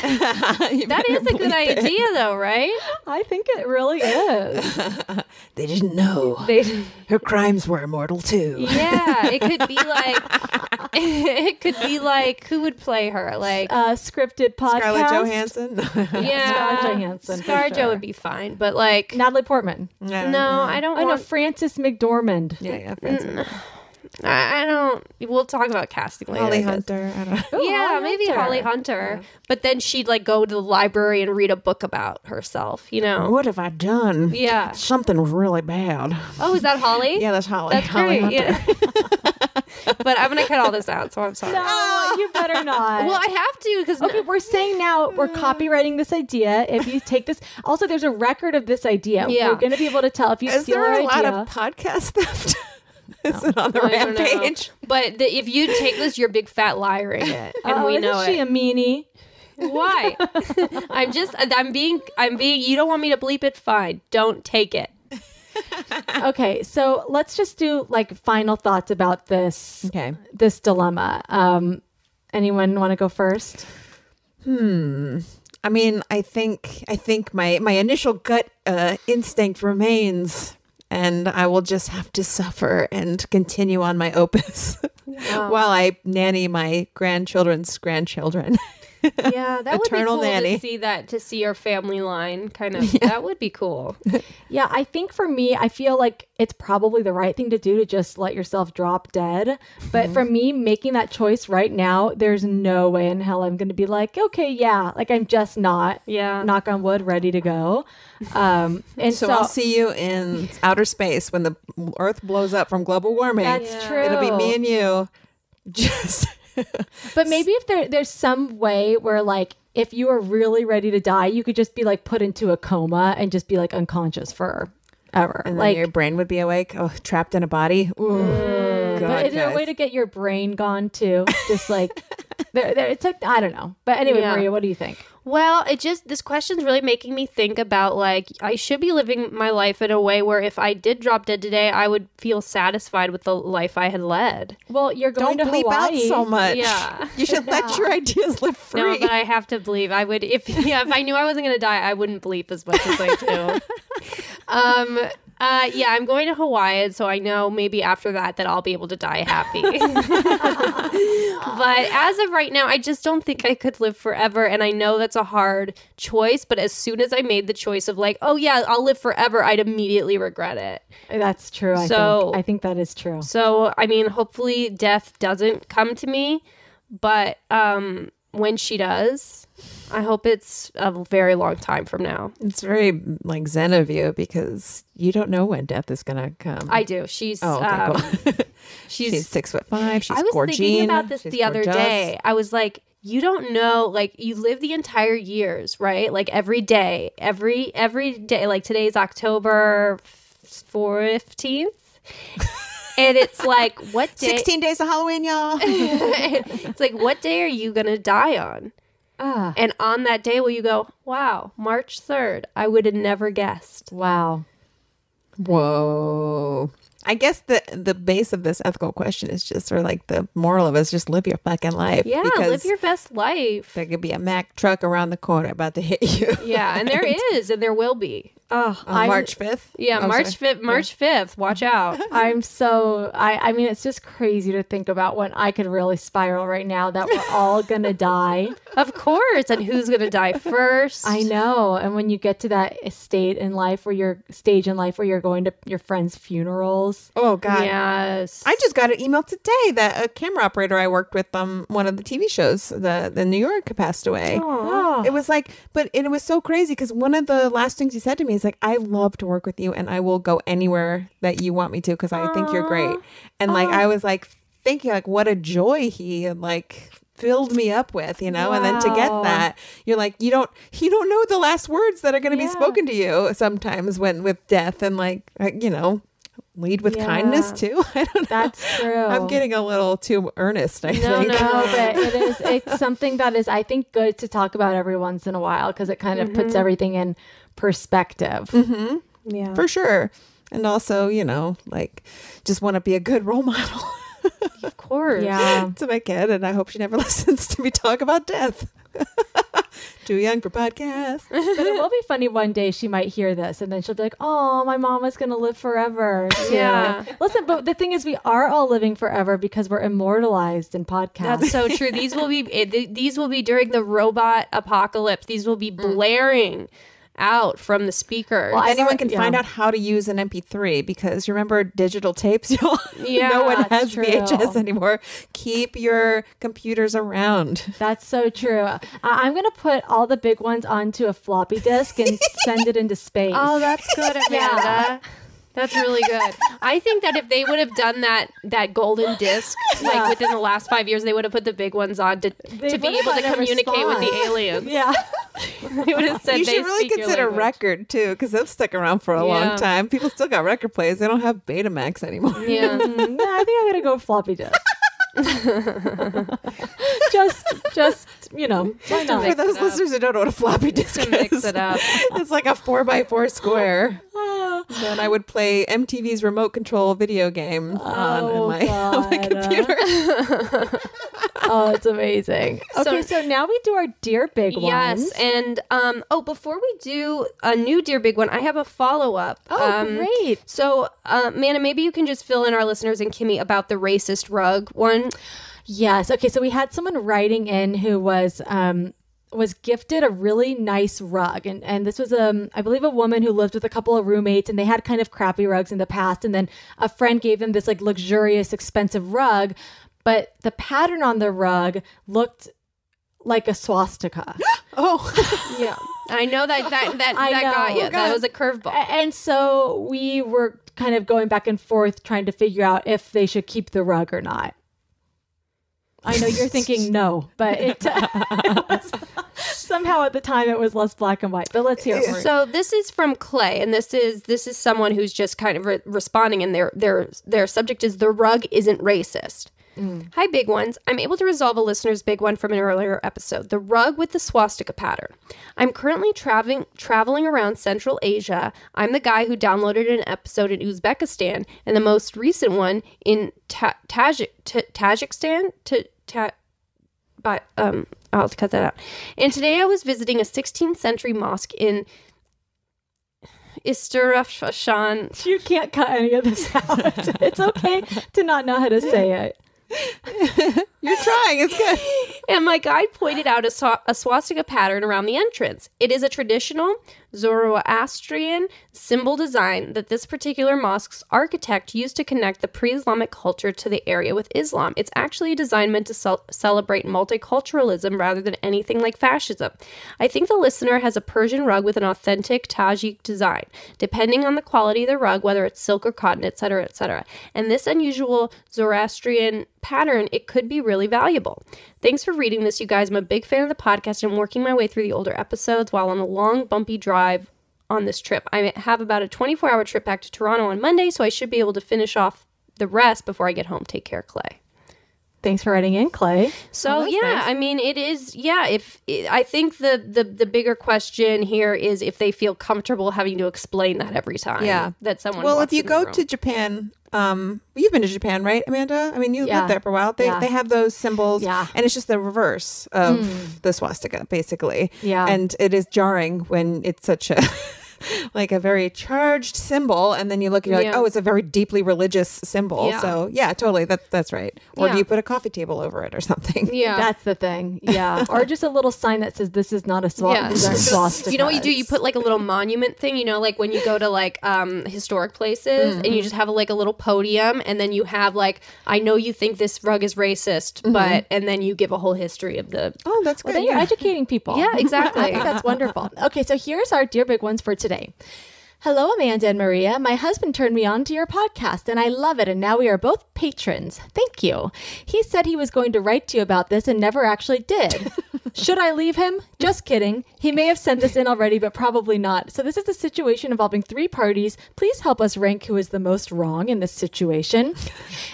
Speaker 2: that is a good idea, though, right?
Speaker 1: I think it really
Speaker 3: [LAUGHS]
Speaker 1: is.
Speaker 3: They didn't know.
Speaker 2: They,
Speaker 3: Her crimes were immortal too.
Speaker 2: yeah, it could be like [LAUGHS] it could be like who would play her? Like,
Speaker 1: Uh, scripted podcast.
Speaker 3: Scarlett Johansson. [LAUGHS]
Speaker 2: yeah,
Speaker 1: Scarlett Johansson, for
Speaker 2: ScarJo
Speaker 1: sure.
Speaker 2: would be fine, but like,
Speaker 1: Natalie Portman.
Speaker 3: Yeah.
Speaker 2: no, I don't
Speaker 1: Oh no,
Speaker 2: want.
Speaker 1: Frances McDormand.
Speaker 3: Yeah, yeah, Frances.
Speaker 2: I I don't. We'll talk about casting later.
Speaker 3: Holly
Speaker 2: I guess.
Speaker 3: Hunter. I don't know.
Speaker 2: yeah,
Speaker 1: Holly
Speaker 2: maybe
Speaker 1: Hunter.
Speaker 2: Holly Hunter. But then she'd like go to the library and read a book about herself. You know?
Speaker 3: What have I done?
Speaker 2: Yeah.
Speaker 3: Something really bad.
Speaker 2: Oh, is that Holly?
Speaker 3: Yeah, that's
Speaker 2: [LAUGHS]
Speaker 3: Holly.
Speaker 2: That's
Speaker 3: Holly
Speaker 2: great. Yeah. but I'm gonna cut all this out, so I'm sorry.
Speaker 1: No, Oh, you [LAUGHS] better not. Mm.
Speaker 2: Well, I have to because
Speaker 1: Okay, we're saying now we're copywriting this idea. If you take this, also there's a record of this idea.
Speaker 2: Yeah.
Speaker 1: We're going to be able to tell if you
Speaker 3: Is
Speaker 1: steal
Speaker 3: there
Speaker 1: our
Speaker 3: a lot
Speaker 1: idea.
Speaker 3: of podcast [LAUGHS] theft? Is it on
Speaker 2: [LAUGHS]
Speaker 3: the
Speaker 2: I don't know.
Speaker 3: rampage?
Speaker 2: But the, if you take this, you're a big fat liaring it, and
Speaker 1: Oh,
Speaker 2: we
Speaker 1: isn't
Speaker 2: know
Speaker 1: she
Speaker 2: it.
Speaker 3: [LAUGHS]
Speaker 1: a meanie?
Speaker 2: [LAUGHS] Why? I'm just I'm being I'm being. You don't want me to bleep it? Fine, don't take it.
Speaker 1: okay, so let's just do like final thoughts about this
Speaker 3: Okay.
Speaker 1: this dilemma. Um, anyone want to go first?
Speaker 3: I mean, I think I think my my initial gut uh, instinct remains, and I will just have to suffer and continue on my opus [LAUGHS] while I nanny my grandchildren's grandchildren.
Speaker 2: Yeah, that would
Speaker 3: Eternal
Speaker 2: be cool
Speaker 3: nanny.
Speaker 2: to see that to see your family line kind
Speaker 3: [LAUGHS]
Speaker 2: of. That would be cool.
Speaker 1: Yeah, I think for me, I feel like it's probably the right thing to do to just let yourself drop dead. But
Speaker 3: Mm-hmm.
Speaker 1: for me, making that choice right now, there's no way in hell I'm going to be like, okay, yeah, like I'm just not,
Speaker 2: Yeah.
Speaker 1: knock on wood, ready to go.
Speaker 3: [LAUGHS]
Speaker 1: Um, and
Speaker 3: So,
Speaker 1: so,
Speaker 3: I'll see you in outer space when the Earth blows up from global warming.
Speaker 1: That's Yeah. true.
Speaker 3: It'll be me and you. Just [LAUGHS]
Speaker 1: But maybe if there there's some way where like if you are really ready to die, you could just be like put into a coma and just be like unconscious forever.
Speaker 3: and then
Speaker 1: like
Speaker 3: your brain would be awake, oh, trapped in a body. Ooh, God,
Speaker 1: Mm. But is there a
Speaker 3: guys.
Speaker 1: way to get your [LAUGHS] brain gone too? Just like there, there, it's like I don't know. But anyway,
Speaker 2: Yeah.
Speaker 1: Maria, what do you think?
Speaker 2: Well, it just this question's really making me think about like I should be living my life in a way where if I did drop dead today, I would feel satisfied with the life I had led.
Speaker 1: Well, you're going
Speaker 3: Don't
Speaker 1: to
Speaker 3: bleep out
Speaker 1: Hawaii.
Speaker 3: so much.
Speaker 2: Yeah.
Speaker 3: You should let
Speaker 1: [LAUGHS]
Speaker 3: your ideas live free.
Speaker 2: No, but I have to believe. I would if [LAUGHS] yeah, if I knew I wasn't gonna die, I wouldn't bleep as much as I do. um uh, yeah, I'm going to Hawaii, and so I know maybe after that that I'll be able to die happy. but as of right now, I just don't think I could live forever, and I know that's a hard choice. But as soon as I made the choice of like, oh yeah, I'll live forever, I'd immediately regret it.
Speaker 1: That's true. I
Speaker 2: So-
Speaker 1: think. I think that is true.
Speaker 2: So, I mean, hopefully death doesn't come to me, but um, when she does, I hope it's a very long time from now.
Speaker 3: It's very mm, like Zen of you because you don't know when death is gonna come.
Speaker 2: I do. She's
Speaker 3: oh, okay,
Speaker 2: um,
Speaker 3: cool.
Speaker 2: she's,
Speaker 3: [LAUGHS] she's six foot five. She's
Speaker 2: I was
Speaker 3: gorgeous.
Speaker 2: thinking about this
Speaker 3: she's
Speaker 2: the other
Speaker 3: gorgeous.
Speaker 2: day. I was like, you don't know, like you live the entire years, right? Like every day, every every day. Like today's October fifteenth, and it's like
Speaker 3: [LAUGHS]
Speaker 2: what day?
Speaker 3: Sixteen days of
Speaker 2: [LAUGHS]
Speaker 3: Halloween, y'all.
Speaker 2: it's like what day are you gonna die on?
Speaker 1: Ah,
Speaker 2: And on that day, will you go, wow, March 3rd? I would have never guessed.
Speaker 1: wow.
Speaker 3: Whoa. I guess the the base of this ethical question is just or like the moral of it is just live your fucking life.
Speaker 2: Yeah,
Speaker 3: because
Speaker 2: live your best life.
Speaker 3: there could be a Mack truck around the corner about to hit you.
Speaker 2: Yeah,
Speaker 1: [LAUGHS]
Speaker 2: and there is, and there will be.
Speaker 1: Oh,
Speaker 3: [LAUGHS] On March fifth. Oh,
Speaker 2: Yeah, March 5th, March 5th.
Speaker 1: [LAUGHS]
Speaker 2: Watch out.
Speaker 1: I'm so I I mean it's just crazy to think about when I could really spiral right now that we're
Speaker 3: [LAUGHS]
Speaker 1: all gonna die.
Speaker 2: of course. And who's going to die first?
Speaker 1: [LAUGHS] I know. And when you get to that state in life where you're stage in life where you're going to your friends' funerals.
Speaker 3: Oh god.
Speaker 2: Yes.
Speaker 3: I just got an email today that a camera operator I worked with on one of the TV shows, the the New York, passed away.
Speaker 1: Oh,
Speaker 3: It was like, but and it was so crazy because one of the last things he said to me is like, "I love to work with you, and I will go anywhere that you want me to because I think you're great." And like, I was like thinking, like, what a joy he had like filled me up with, you know. And then to get that, you're like, you don't, you don't know the last words that are going to be spoken to you sometimes when with death and like, uh, you know, lead with kindness too. [LAUGHS] I don't know.
Speaker 1: that's true.
Speaker 3: I'm getting a little too earnest. I
Speaker 2: Oh. No,
Speaker 3: think.
Speaker 1: No, but it is it's something that is I think good to talk about every once in a while because it kind of puts everything in perspective.
Speaker 2: yeah.
Speaker 3: [LAUGHS] for sure. And also, you know, like just want to be a good role [LAUGHS] model
Speaker 2: Of course.
Speaker 1: Yeah.
Speaker 3: to my kid. And I hope she never [LAUGHS] listens to me talk about death. [LAUGHS] Too young
Speaker 2: [LAUGHS]
Speaker 3: for podcasts.
Speaker 1: [LAUGHS] But it will be funny one day she might hear this and then she'll be like, oh, my mom is going to live forever. too."
Speaker 2: Yeah.
Speaker 1: Listen, but the thing is, we are all living forever because we're immortalized in podcasts.
Speaker 2: That's so true. These will be eh, th- these will be during the robot apocalypse. These will be blaring out from the speakers.
Speaker 1: Mm. Well, I
Speaker 3: Anyone
Speaker 1: thought-
Speaker 3: can
Speaker 1: yeah.
Speaker 3: find out how to use an MP3 because you remember digital tapes, [LAUGHS] y'all.
Speaker 2: Yeah,
Speaker 3: no one has
Speaker 1: it's true.
Speaker 3: VHS anymore. Keep your computers around. [LAUGHS]
Speaker 1: That's so [LAUGHS] true. I- I'm going to put all the big ones onto a floppy disk [LAUGHS] and send it into space.
Speaker 2: Oh, that's good, Amanda. That's really good. I think that if they would have done that that golden disc like within the last five years, they would have put the big ones on to, to be
Speaker 1: would have
Speaker 2: able to
Speaker 1: gotten a
Speaker 2: communicate with the
Speaker 1: response.
Speaker 2: aliens.
Speaker 1: yeah.
Speaker 2: They would have said
Speaker 3: you
Speaker 2: they
Speaker 3: should really
Speaker 2: speak your
Speaker 3: consider
Speaker 2: language.
Speaker 3: record too, because they've stuck around for a
Speaker 2: Yeah.
Speaker 3: long time. People still got record players; they don't have Betamax anymore. [LAUGHS]
Speaker 2: Yeah.
Speaker 1: Mm, yeah, I think I'm going to go floppy [LAUGHS] disk. just, just, you know, why not?
Speaker 3: For those listeners who don't know what a floppy disk is,
Speaker 2: mix it up.
Speaker 3: [LAUGHS]
Speaker 2: Ah.
Speaker 3: it's like a four
Speaker 2: [LAUGHS]
Speaker 3: by four square. Then I would play MTV's remote control video game
Speaker 2: Oh,
Speaker 3: on my, [LAUGHS] on my
Speaker 1: God.
Speaker 3: computer. [LAUGHS]
Speaker 1: Oh, it's amazing. Okay, so, now we do our dear big
Speaker 2: Yes,
Speaker 1: ones.
Speaker 2: and um, oh, before we do a new dear big one, I have a follow up.
Speaker 1: Oh, great.
Speaker 2: So, uh, Mana, maybe you can just fill in our listeners and Kimmy about the racist rug one.
Speaker 1: Yes. Okay. So we had someone writing in who was um, was gifted a really nice rug, and and this was um I believe a woman who lived with a couple of roommates, and they had kind of crappy rugs in the past, and then a friend gave them this like luxurious, expensive rug, but the pattern on the rug looked like a swastika.
Speaker 3: Oh,
Speaker 1: [LAUGHS] yeah.
Speaker 2: I know that that that,
Speaker 1: I
Speaker 2: that got
Speaker 1: know.
Speaker 2: you.
Speaker 1: Oh,
Speaker 2: that was a curveball.
Speaker 1: A- And so we were kind of going back and forth trying to figure out if they should keep the rug or not. I know you're thinking no, but it, [LAUGHS] it was- somehow at the time it was less black and white. But let's hear it. Marie.
Speaker 2: So this is from Clay, and this is this is someone who's just kind of re- responding, and their their their subject is the rug isn't racist. Hi, big ones. I'm able to resolve a listener's big one from an earlier episode the rug with the swastika pattern. I'm currently traveling, traveling around Central Asia. I'm the guy who downloaded an episode in Uzbekistan and the most recent one in Ta- Taj- Ta- Tajikistan. Ta- Ta- but um, I'll have to cut that out. And today I was visiting a 16th century mosque in Isturafshan,
Speaker 1: You can't cut any of this out. [LAUGHS] it's okay to not know how to say it.
Speaker 3: You're trying. It's good.
Speaker 2: and my guide pointed out a, swa- a swastika pattern around the entrance. It is a traditional Zoroastrian symbol design that this particular mosque's architect used to connect the pre Islamic culture to the area with Islam. It's actually a design meant to cel- celebrate multiculturalism rather than anything like fascism. I think the listener has a Persian rug with an authentic Tajik design, depending on the quality of the rug, whether it's silk or cotton, etc., etc. And this unusual Zoroastrian pattern, it could be really valuable. Thanks for reading this, you guys. I'm a big fan of the podcast and working my way through the older episodes while on a long, bumpy drive on this trip. I have about a 24 hour trip back to Toronto on Monday, so I should be able to finish off the rest before I get home. Take care, Clay.
Speaker 1: Thanks for writing in, Clay.
Speaker 3: Oh,
Speaker 2: So yeah, I mean it is yeah, if I think the, the the bigger question here is if they feel comfortable having to explain that every time.
Speaker 3: Yeah.
Speaker 2: That someone
Speaker 3: Well,
Speaker 2: walks
Speaker 3: if you
Speaker 2: in the
Speaker 3: go
Speaker 2: room.
Speaker 3: to Japan, um, you've been to Japan, right, Amanda? I mean, you
Speaker 1: Yeah.
Speaker 3: lived there for a while. They,
Speaker 1: Yeah.
Speaker 3: they have those symbols,
Speaker 1: Yeah.
Speaker 3: and it's just the reverse of
Speaker 2: Hmm.
Speaker 3: the swastika, basically.
Speaker 1: Yeah.
Speaker 3: and it is jarring when it's such a [LAUGHS] like a very charged symbol, and then you look and you're like,
Speaker 2: Yeah.
Speaker 3: oh, it's a very deeply religious symbol.
Speaker 2: Yeah.
Speaker 3: So yeah, totally, that that's right. Or
Speaker 2: Yeah.
Speaker 3: do you put a coffee table over it or something?
Speaker 2: Yeah.
Speaker 1: That's the thing. Yeah. [LAUGHS] or just a little sign that says this is not a swa-
Speaker 2: Yeah. [LAUGHS]
Speaker 1: these aren't swastikas.
Speaker 2: You know what you do? You put like a little monument thing, you know, like when you go to like um historic places and you just have like a little podium and then you have like I know you think this rug is racist, but and then you give a whole history of the
Speaker 3: [LAUGHS] Oh, that's good.
Speaker 1: Well, then you're
Speaker 3: yeah.
Speaker 1: educating people.
Speaker 2: Yeah, exactly.
Speaker 1: [LAUGHS] I think that's wonderful. Okay, so here's our dear big ones for today. Hello, Amanda and Maria. My husband turned me on to your podcast, and I love it. And now we are both patrons. Thank you. He said he was going to write to you about this and never
Speaker 3: [LAUGHS]
Speaker 1: actually did. Should I leave him? Just kidding. He may have sent this in already, but probably not. So, this is a situation involving three parties. Please help us rank who is the most wrong in this situation.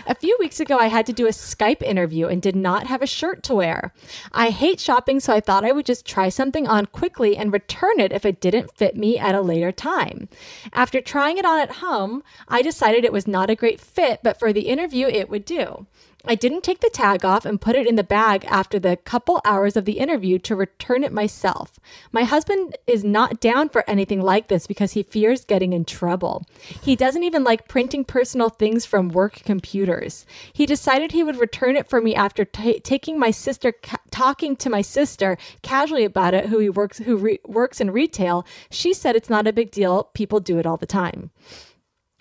Speaker 1: a few weeks ago, I had to do a Skype interview and did not have a shirt to wear. I hate shopping, so I thought I would just try something on quickly and return it if it didn't fit me at a later time. After trying it on at home, I decided it was not a great fit, but for the interview, it would do. I didn't take the tag off and put it in the bag after the couple hours of the interview to return it myself. My husband is not down for anything like this because he fears getting in trouble. He doesn't even like printing personal things from work computers. He decided he would return it for me after ta taking my sister ca- talking to my sister casually about it who he works who re- works in retail. She said it's not a big deal. People do it all the time.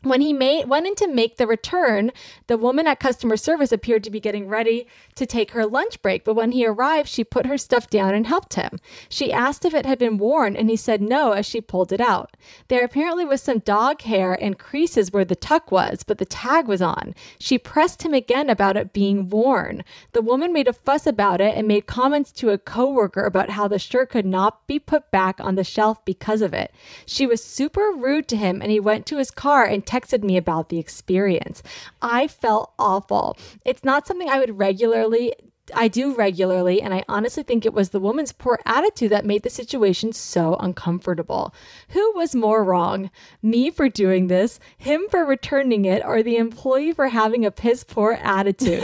Speaker 1: When he made, went in to make the return, the woman at customer service appeared to be getting ready to take her lunch break. But when he arrived, she put her stuff down and helped him. She asked if it had been worn, and he said no as she pulled it out. There apparently was some dog hair and creases where the tuck was, but the tag was on. She pressed him again about it being worn. The woman made a fuss about it and made comments to a coworker about how the shirt could not be put back on the shelf because of it. She was super rude to him and he went to his car and texted me about the experience. I felt awful. It's not something I would regularly I do regularly, and I honestly think it was the woman's poor attitude that made the situation so uncomfortable. Who was more wrong? Me for doing this, him for returning it, or the employee for having a piss poor attitude?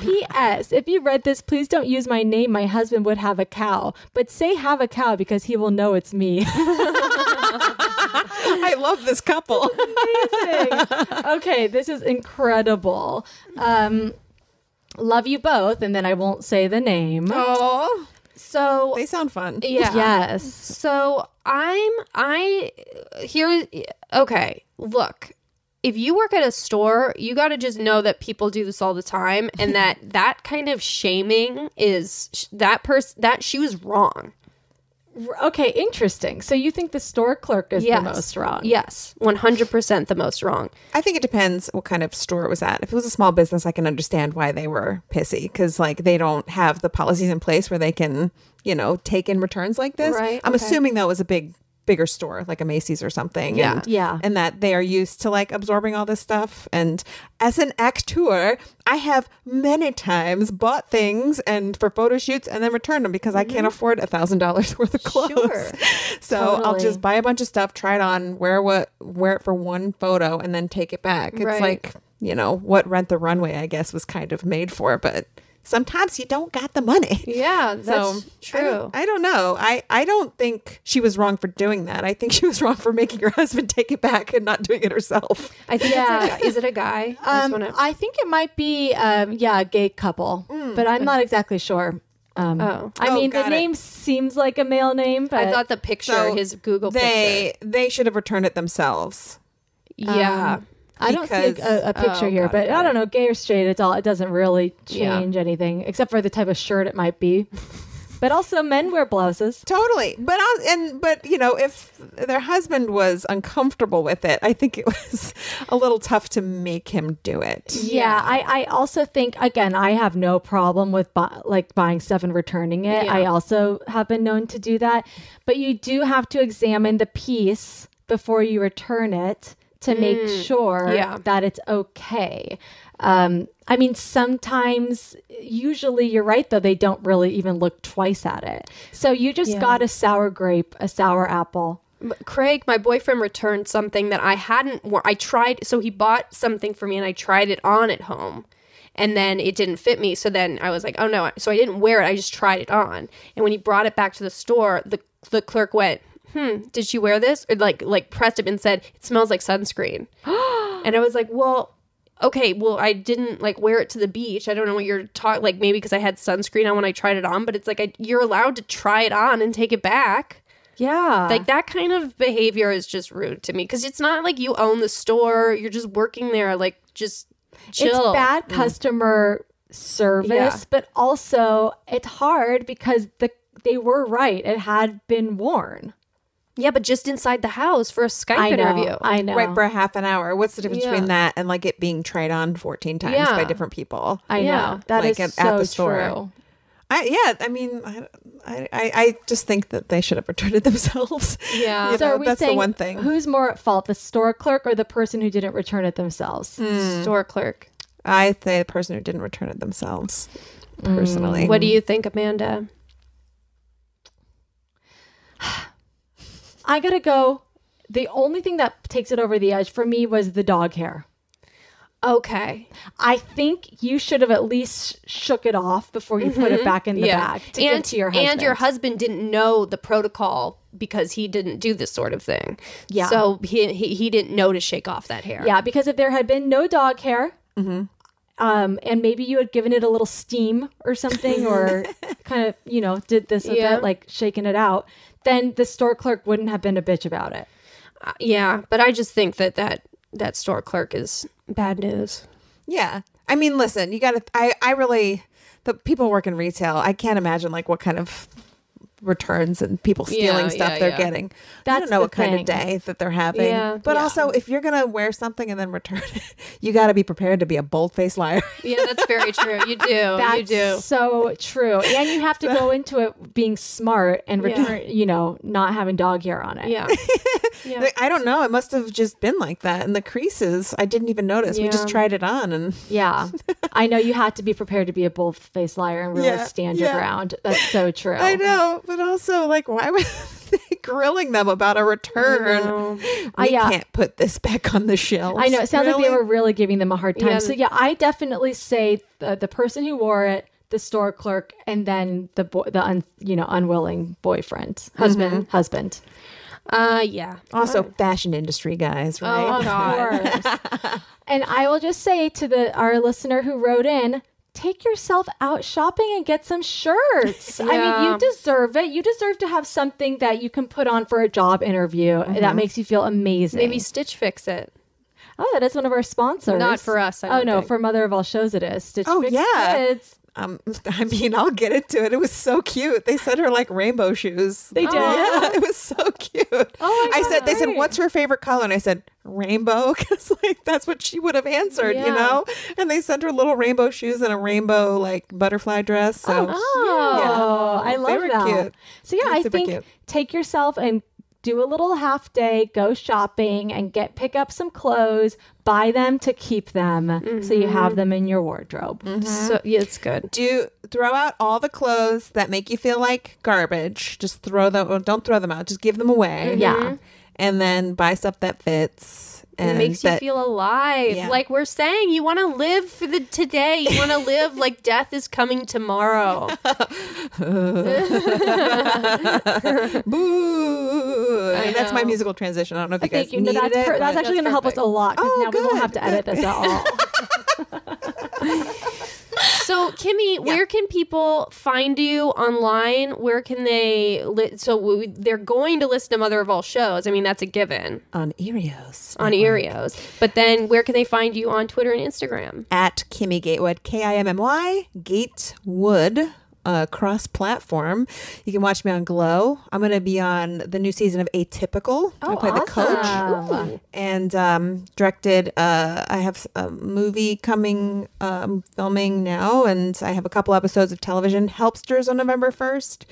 Speaker 1: P.S. If you read this, please don't use my name. My husband would have a cow, but say have a cow because he will know it's me.
Speaker 3: [LAUGHS]
Speaker 1: [LAUGHS]
Speaker 3: I love this couple. [LAUGHS]
Speaker 1: amazing. okay, this is incredible. Um, love you both, and then I won't say the name.
Speaker 3: oh,
Speaker 2: So
Speaker 3: they
Speaker 2: [LAUGHS]
Speaker 3: sound fun.
Speaker 2: yeah.
Speaker 1: Yes.
Speaker 2: So I'm I here okay, look. If you work at a store, you got to just know that people do this all the time and that that kind of shaming is that person that she was wrong.
Speaker 1: Okay, interesting. So you think the store clerk is
Speaker 2: Yes.
Speaker 1: the most wrong?
Speaker 2: Yes. 100% the most wrong.
Speaker 3: I think it depends what kind of store it was at. If it was a small business, I can understand why they were pissy because like they don't have the policies in place where they can, you know, take in returns like this.
Speaker 2: Right,
Speaker 3: I'm assuming that was a big bigger store like a Macy's or something.
Speaker 2: Yeah.
Speaker 3: And,
Speaker 1: Yeah.
Speaker 3: And that they are used to like absorbing all this stuff. And as an actor, I have many times bought things and for photo shoots and then returned them because I can't afford a thousand dollars worth of clothes.
Speaker 1: Sure.
Speaker 3: so I'll
Speaker 1: Totally.
Speaker 3: just buy a bunch of stuff, try it on, wear what wear it for one photo and then take it back. It's
Speaker 2: Right.
Speaker 3: like, you know, what rent the runway I guess was kind of made for, but sometimes you don't got the money. [LAUGHS]
Speaker 2: Yeah, that's
Speaker 3: I
Speaker 2: true.
Speaker 3: don't, I don't know. I, I don't think she was wrong for doing that. I think [LAUGHS] she was wrong for making her husband take it back and not doing it herself.
Speaker 2: I think yeah.
Speaker 1: Yeah.
Speaker 2: it's a, guy- is it a guy? I just
Speaker 1: Um,
Speaker 2: wanna-
Speaker 1: I think it might be, um, yeah, a gay couple, but I'm not exactly sure. Um,
Speaker 2: Oh.
Speaker 1: I
Speaker 3: Oh,
Speaker 1: mean, the
Speaker 3: got it.
Speaker 1: name seems like a male name, but
Speaker 2: I thought the picture, his Google picture.
Speaker 3: they they should have returned it themselves.
Speaker 2: Yeah.
Speaker 1: I don't see
Speaker 3: because-
Speaker 1: a, a, a picture here. But I don't know, gay or straight, it's all. It doesn't really
Speaker 2: Yeah.
Speaker 1: change anything except for the type of shirt it might be. but also, men wear blouses.
Speaker 3: Totally. But I'll, and but you know, if their husband was uncomfortable with it, I think it [LAUGHS] was a little tough to make him do it.
Speaker 1: Yeah, I, I also think again I have no problem with bu- like buying stuff and returning it. I also have been known to do that, but you do have to examine the piece before you return it to make sure
Speaker 2: yeah.
Speaker 1: that it's okay. Um, I mean, sometimes, usually you're right though they don't really even look twice at it. So you just got a sour grape, a sour apple.
Speaker 2: But Craig, my boyfriend returned something that I hadn't worn. I tried, so he bought something for me and I tried it on at home. And then it didn't fit me. So then I was like, oh no. So I didn't wear it. I just tried it on. And when he brought it back to the store, the, the clerk went, hmm, did you wear this? Or like, like pressed him and said, it smells like sunscreen. and I was like, well, okay, well, I didn't like wear it to the beach. I don't know what you're talking, like maybe because I had sunscreen on when I tried it on, but it's like, I, you're allowed to try it on and take it back
Speaker 1: Yeah,
Speaker 2: like that kind of behavior is just rude to me because it's not like you own the store you're just working there like just chill
Speaker 1: It's
Speaker 3: Mm.
Speaker 1: bad customer service,
Speaker 2: Yeah.
Speaker 1: but also it's hard because the they were right. It had been worn.
Speaker 2: Mm-hmm. yeah but just inside the house for a skype
Speaker 1: I know.
Speaker 2: interview
Speaker 1: I know.
Speaker 3: Right for a half an hour. What's the difference
Speaker 2: Yeah.
Speaker 3: between that and like it being tried on 14 times
Speaker 2: Yeah.
Speaker 3: by different people?
Speaker 1: I
Speaker 2: Yeah.
Speaker 1: know. that is
Speaker 3: Like at-
Speaker 1: so
Speaker 3: at the store.
Speaker 1: true.
Speaker 3: I, yeah, I mean, I, I, I just think that they should have returned it [LAUGHS] themselves.
Speaker 2: Yeah.
Speaker 3: You
Speaker 1: So
Speaker 3: know,
Speaker 1: are we
Speaker 3: that's
Speaker 1: saying
Speaker 3: the one thing.
Speaker 1: who's more at fault, the store clerk or the person who didn't return it themselves?
Speaker 3: Mm.
Speaker 2: store clerk
Speaker 3: I say the person who didn't return it themselves,
Speaker 2: Mm,
Speaker 3: personally.
Speaker 2: what do you think amanda
Speaker 1: I gotta go. The only thing that takes it over the edge for me was the dog hair.
Speaker 2: okay
Speaker 1: I think you should have at least shook it off before you put
Speaker 3: Mm-hmm.
Speaker 1: it back in the bag to
Speaker 2: and,
Speaker 1: give to your husband.
Speaker 2: and your husband didn't know the protocol because he didn't do this sort of thing
Speaker 1: Yeah.
Speaker 2: so he he, he didn't know to shake off that hair
Speaker 1: Yeah, because if there had been no dog hair, um, and maybe you had given it a little steam or
Speaker 2: [LAUGHS]
Speaker 1: something, or kind of, you know, did this with
Speaker 2: Yeah.
Speaker 1: it, like shaking it out, then the store clerk wouldn't have been a bitch about it.
Speaker 2: Uh, yeah but i just think that that that store clerk is bad news
Speaker 3: Yeah. I mean, listen, you got to, I, I really, the people work in retail, I can't imagine like what kind of returns and people stealing
Speaker 2: Yeah,
Speaker 3: stuff
Speaker 2: yeah,
Speaker 3: they're
Speaker 2: yeah.
Speaker 3: getting. I
Speaker 1: That's
Speaker 3: don't know
Speaker 1: the
Speaker 3: what kind
Speaker 1: thing.
Speaker 3: of day that they're having.
Speaker 2: Yeah,
Speaker 3: but
Speaker 2: yeah.
Speaker 3: also, if you're going to wear something and then return it, [LAUGHS] you got to be prepared to be a bold faced liar. [LAUGHS]
Speaker 2: yeah that's very true you [LAUGHS] do
Speaker 1: That's
Speaker 2: Oh, you do
Speaker 1: so true. And you have to
Speaker 2: [LAUGHS]
Speaker 1: go into it being smart and
Speaker 2: Yeah.
Speaker 1: return, you know, not having dog hair on it.
Speaker 3: [LAUGHS]
Speaker 2: Yeah. Yeah.
Speaker 3: I don't know. It must have just been like that. And the creases, I didn't even notice. We just
Speaker 2: Yeah.
Speaker 3: tried it on and
Speaker 2: [LAUGHS]
Speaker 1: Yeah. I know you had to be prepared to be a bold faced liar and really
Speaker 3: Yeah,
Speaker 1: stand your
Speaker 3: yeah.
Speaker 1: ground. That's
Speaker 2: [LAUGHS]
Speaker 1: so true.
Speaker 3: I know, but also like, why were [LAUGHS] they grilling them about a return? I
Speaker 1: I- yeah.
Speaker 3: can't put this back on the shelf.
Speaker 1: I know. It sounds like they were really giving them a hard time.
Speaker 2: Yeah.
Speaker 1: So yeah, I definitely say the, the person who wore it, the store clerk, and then the boy, the un, you know unwilling boyfriend, husband, husband.
Speaker 2: Uh, yeah. Oh,
Speaker 3: also fashion industry guys, right?
Speaker 1: Of course. and I will just say to the our listener who wrote in. Take yourself out shopping and get some shirts. I mean,
Speaker 2: Yeah.
Speaker 1: you deserve it. You deserve to have something that you can put on for a job interview that makes you feel amazing.
Speaker 2: Maybe Stitch Fix it.
Speaker 1: Oh, that is one of our sponsors.
Speaker 2: Not for us, I
Speaker 1: oh
Speaker 2: don't
Speaker 1: no,
Speaker 2: think.
Speaker 1: for Mother of All Shows it is. Stitch
Speaker 3: Oh,
Speaker 1: Fix
Speaker 3: yeah.
Speaker 1: Kids.
Speaker 3: Um, [LAUGHS] I mean, I'll get into it. It was so cute. They said her like rainbow shoes. They
Speaker 1: did.
Speaker 3: Yeah, [LAUGHS] it was so cute. Oh
Speaker 1: my
Speaker 3: I said,
Speaker 1: God,
Speaker 3: they said,
Speaker 1: great.
Speaker 3: what's her favorite color? And I said, rainbow, [LAUGHS] because like that's what she would have answered, you
Speaker 2: Yeah.
Speaker 3: know. And they sent her little rainbow shoes and a rainbow like butterfly dress. So
Speaker 1: Oh, I
Speaker 3: They
Speaker 1: love
Speaker 3: were
Speaker 1: that.
Speaker 3: cute.
Speaker 1: So yeah,
Speaker 3: They're
Speaker 1: I
Speaker 3: super
Speaker 1: think
Speaker 3: cute.
Speaker 1: take yourself and do a little half day, go shopping and get pick up some clothes, buy them to keep them so you
Speaker 2: Mm-hmm.
Speaker 1: have them in your wardrobe.
Speaker 3: Mm-hmm.
Speaker 2: So yeah, it's good.
Speaker 3: Do throw out all the clothes that make you feel like garbage. Just throw them. Or don't throw them out. Just give them away.
Speaker 1: Yeah.
Speaker 3: and then buy stuff that fits and
Speaker 2: it makes
Speaker 3: that-
Speaker 2: you feel alive.
Speaker 3: Yeah.
Speaker 2: Like we're saying, you want to live for the today. You want to live
Speaker 3: [LAUGHS]
Speaker 2: like death is coming tomorrow.
Speaker 3: Boo! That's my musical transition. I don't know if you
Speaker 1: I
Speaker 3: guys
Speaker 1: think you know
Speaker 3: needed
Speaker 1: that's
Speaker 3: it.
Speaker 1: per- that's
Speaker 3: but-
Speaker 1: actually going to help us a lot because
Speaker 3: Oh,
Speaker 1: now we won't
Speaker 3: good,
Speaker 1: have to edit this at
Speaker 3: [LAUGHS]
Speaker 1: all.
Speaker 2: So, Kimmy, where can people find you online? Where can they? Li- so we, they're going to listen to Mother of All Shows. I mean, that's a given
Speaker 3: on Erios
Speaker 2: on Erios. But then, where can they find you on Twitter and Instagram?
Speaker 3: at Kimmy Gatewood, K I M M Y Gatewood. Uh, cross platform. You can watch me on Glow. I'm going to be on the new season of Atypical.
Speaker 2: Oh,
Speaker 3: I play the coach.
Speaker 1: Um,
Speaker 3: and um, directed. Uh, I have a movie coming, um, filming now, and I have a couple episodes of television. Helpsters on November first,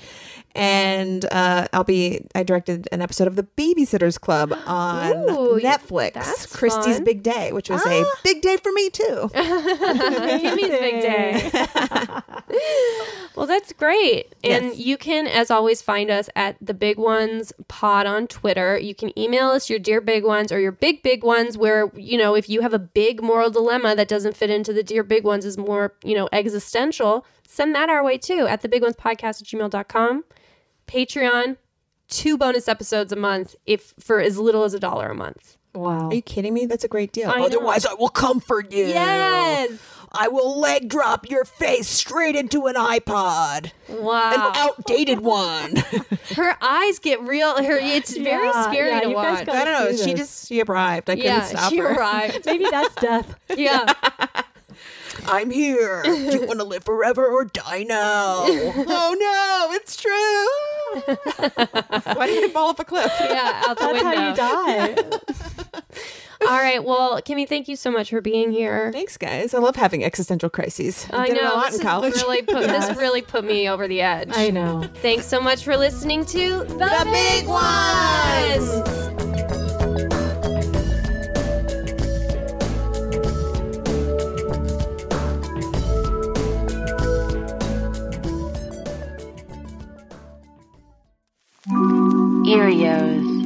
Speaker 3: and uh, I'll be. I directed an episode of The Babysitters Club on
Speaker 2: Ooh, yeah,
Speaker 3: Netflix.
Speaker 2: that's
Speaker 3: Christie's
Speaker 2: fun. Ah.
Speaker 3: big day, which was a big day for me too.
Speaker 2: [LAUGHS] Kimmy's big day. well, that's great. And
Speaker 3: Yes.
Speaker 2: you can, as always, find us at the Big Ones Pod on Twitter. You can email us your dear big ones or your big big ones. Where you know if you have a big moral dilemma that doesn't fit into the dear big ones is more you know existential. Send that our way too at the big ones podcast at gmail.com. Patreon, two bonus episodes a month if for as little as a dollar a month.
Speaker 1: wow.
Speaker 3: Are you kidding me? That's a great deal.
Speaker 2: I know.
Speaker 3: Otherwise, I will comfort you.
Speaker 2: Yes.
Speaker 3: I will leg drop your face straight into an iPod, an
Speaker 2: Wow.
Speaker 3: outdated one.
Speaker 2: her eyes get real. Her it's very
Speaker 1: Yeah,
Speaker 2: scary
Speaker 1: yeah,
Speaker 2: to
Speaker 1: you guys
Speaker 2: watch.
Speaker 3: [LAUGHS]
Speaker 1: got-
Speaker 3: I don't know.
Speaker 1: Let's do
Speaker 3: She
Speaker 1: this.
Speaker 3: just she arrived. I couldn't
Speaker 2: yeah,
Speaker 3: stop
Speaker 2: she
Speaker 3: her.
Speaker 2: [LAUGHS]
Speaker 3: [LAUGHS]
Speaker 2: arrived.
Speaker 1: Maybe that's death.
Speaker 2: Yeah,
Speaker 3: I'm here. Do you want to live forever or die [LAUGHS] now? oh no, it's true. [LAUGHS] Why did you fall off a cliff?
Speaker 2: yeah, out the
Speaker 1: That's how you
Speaker 2: window.
Speaker 3: [LAUGHS]
Speaker 1: die.
Speaker 2: All right, well, Kimmy, thank you so much for being here.
Speaker 3: Thanks, guys. I love having existential crises. I,
Speaker 2: I
Speaker 3: did
Speaker 2: know
Speaker 3: it a lot
Speaker 2: this
Speaker 3: in
Speaker 2: is
Speaker 3: college.
Speaker 2: really put this really put me over the edge.
Speaker 1: I know.
Speaker 2: Thanks so much for listening to the,
Speaker 3: the big ones.
Speaker 2: Buzz.
Speaker 4: Erios.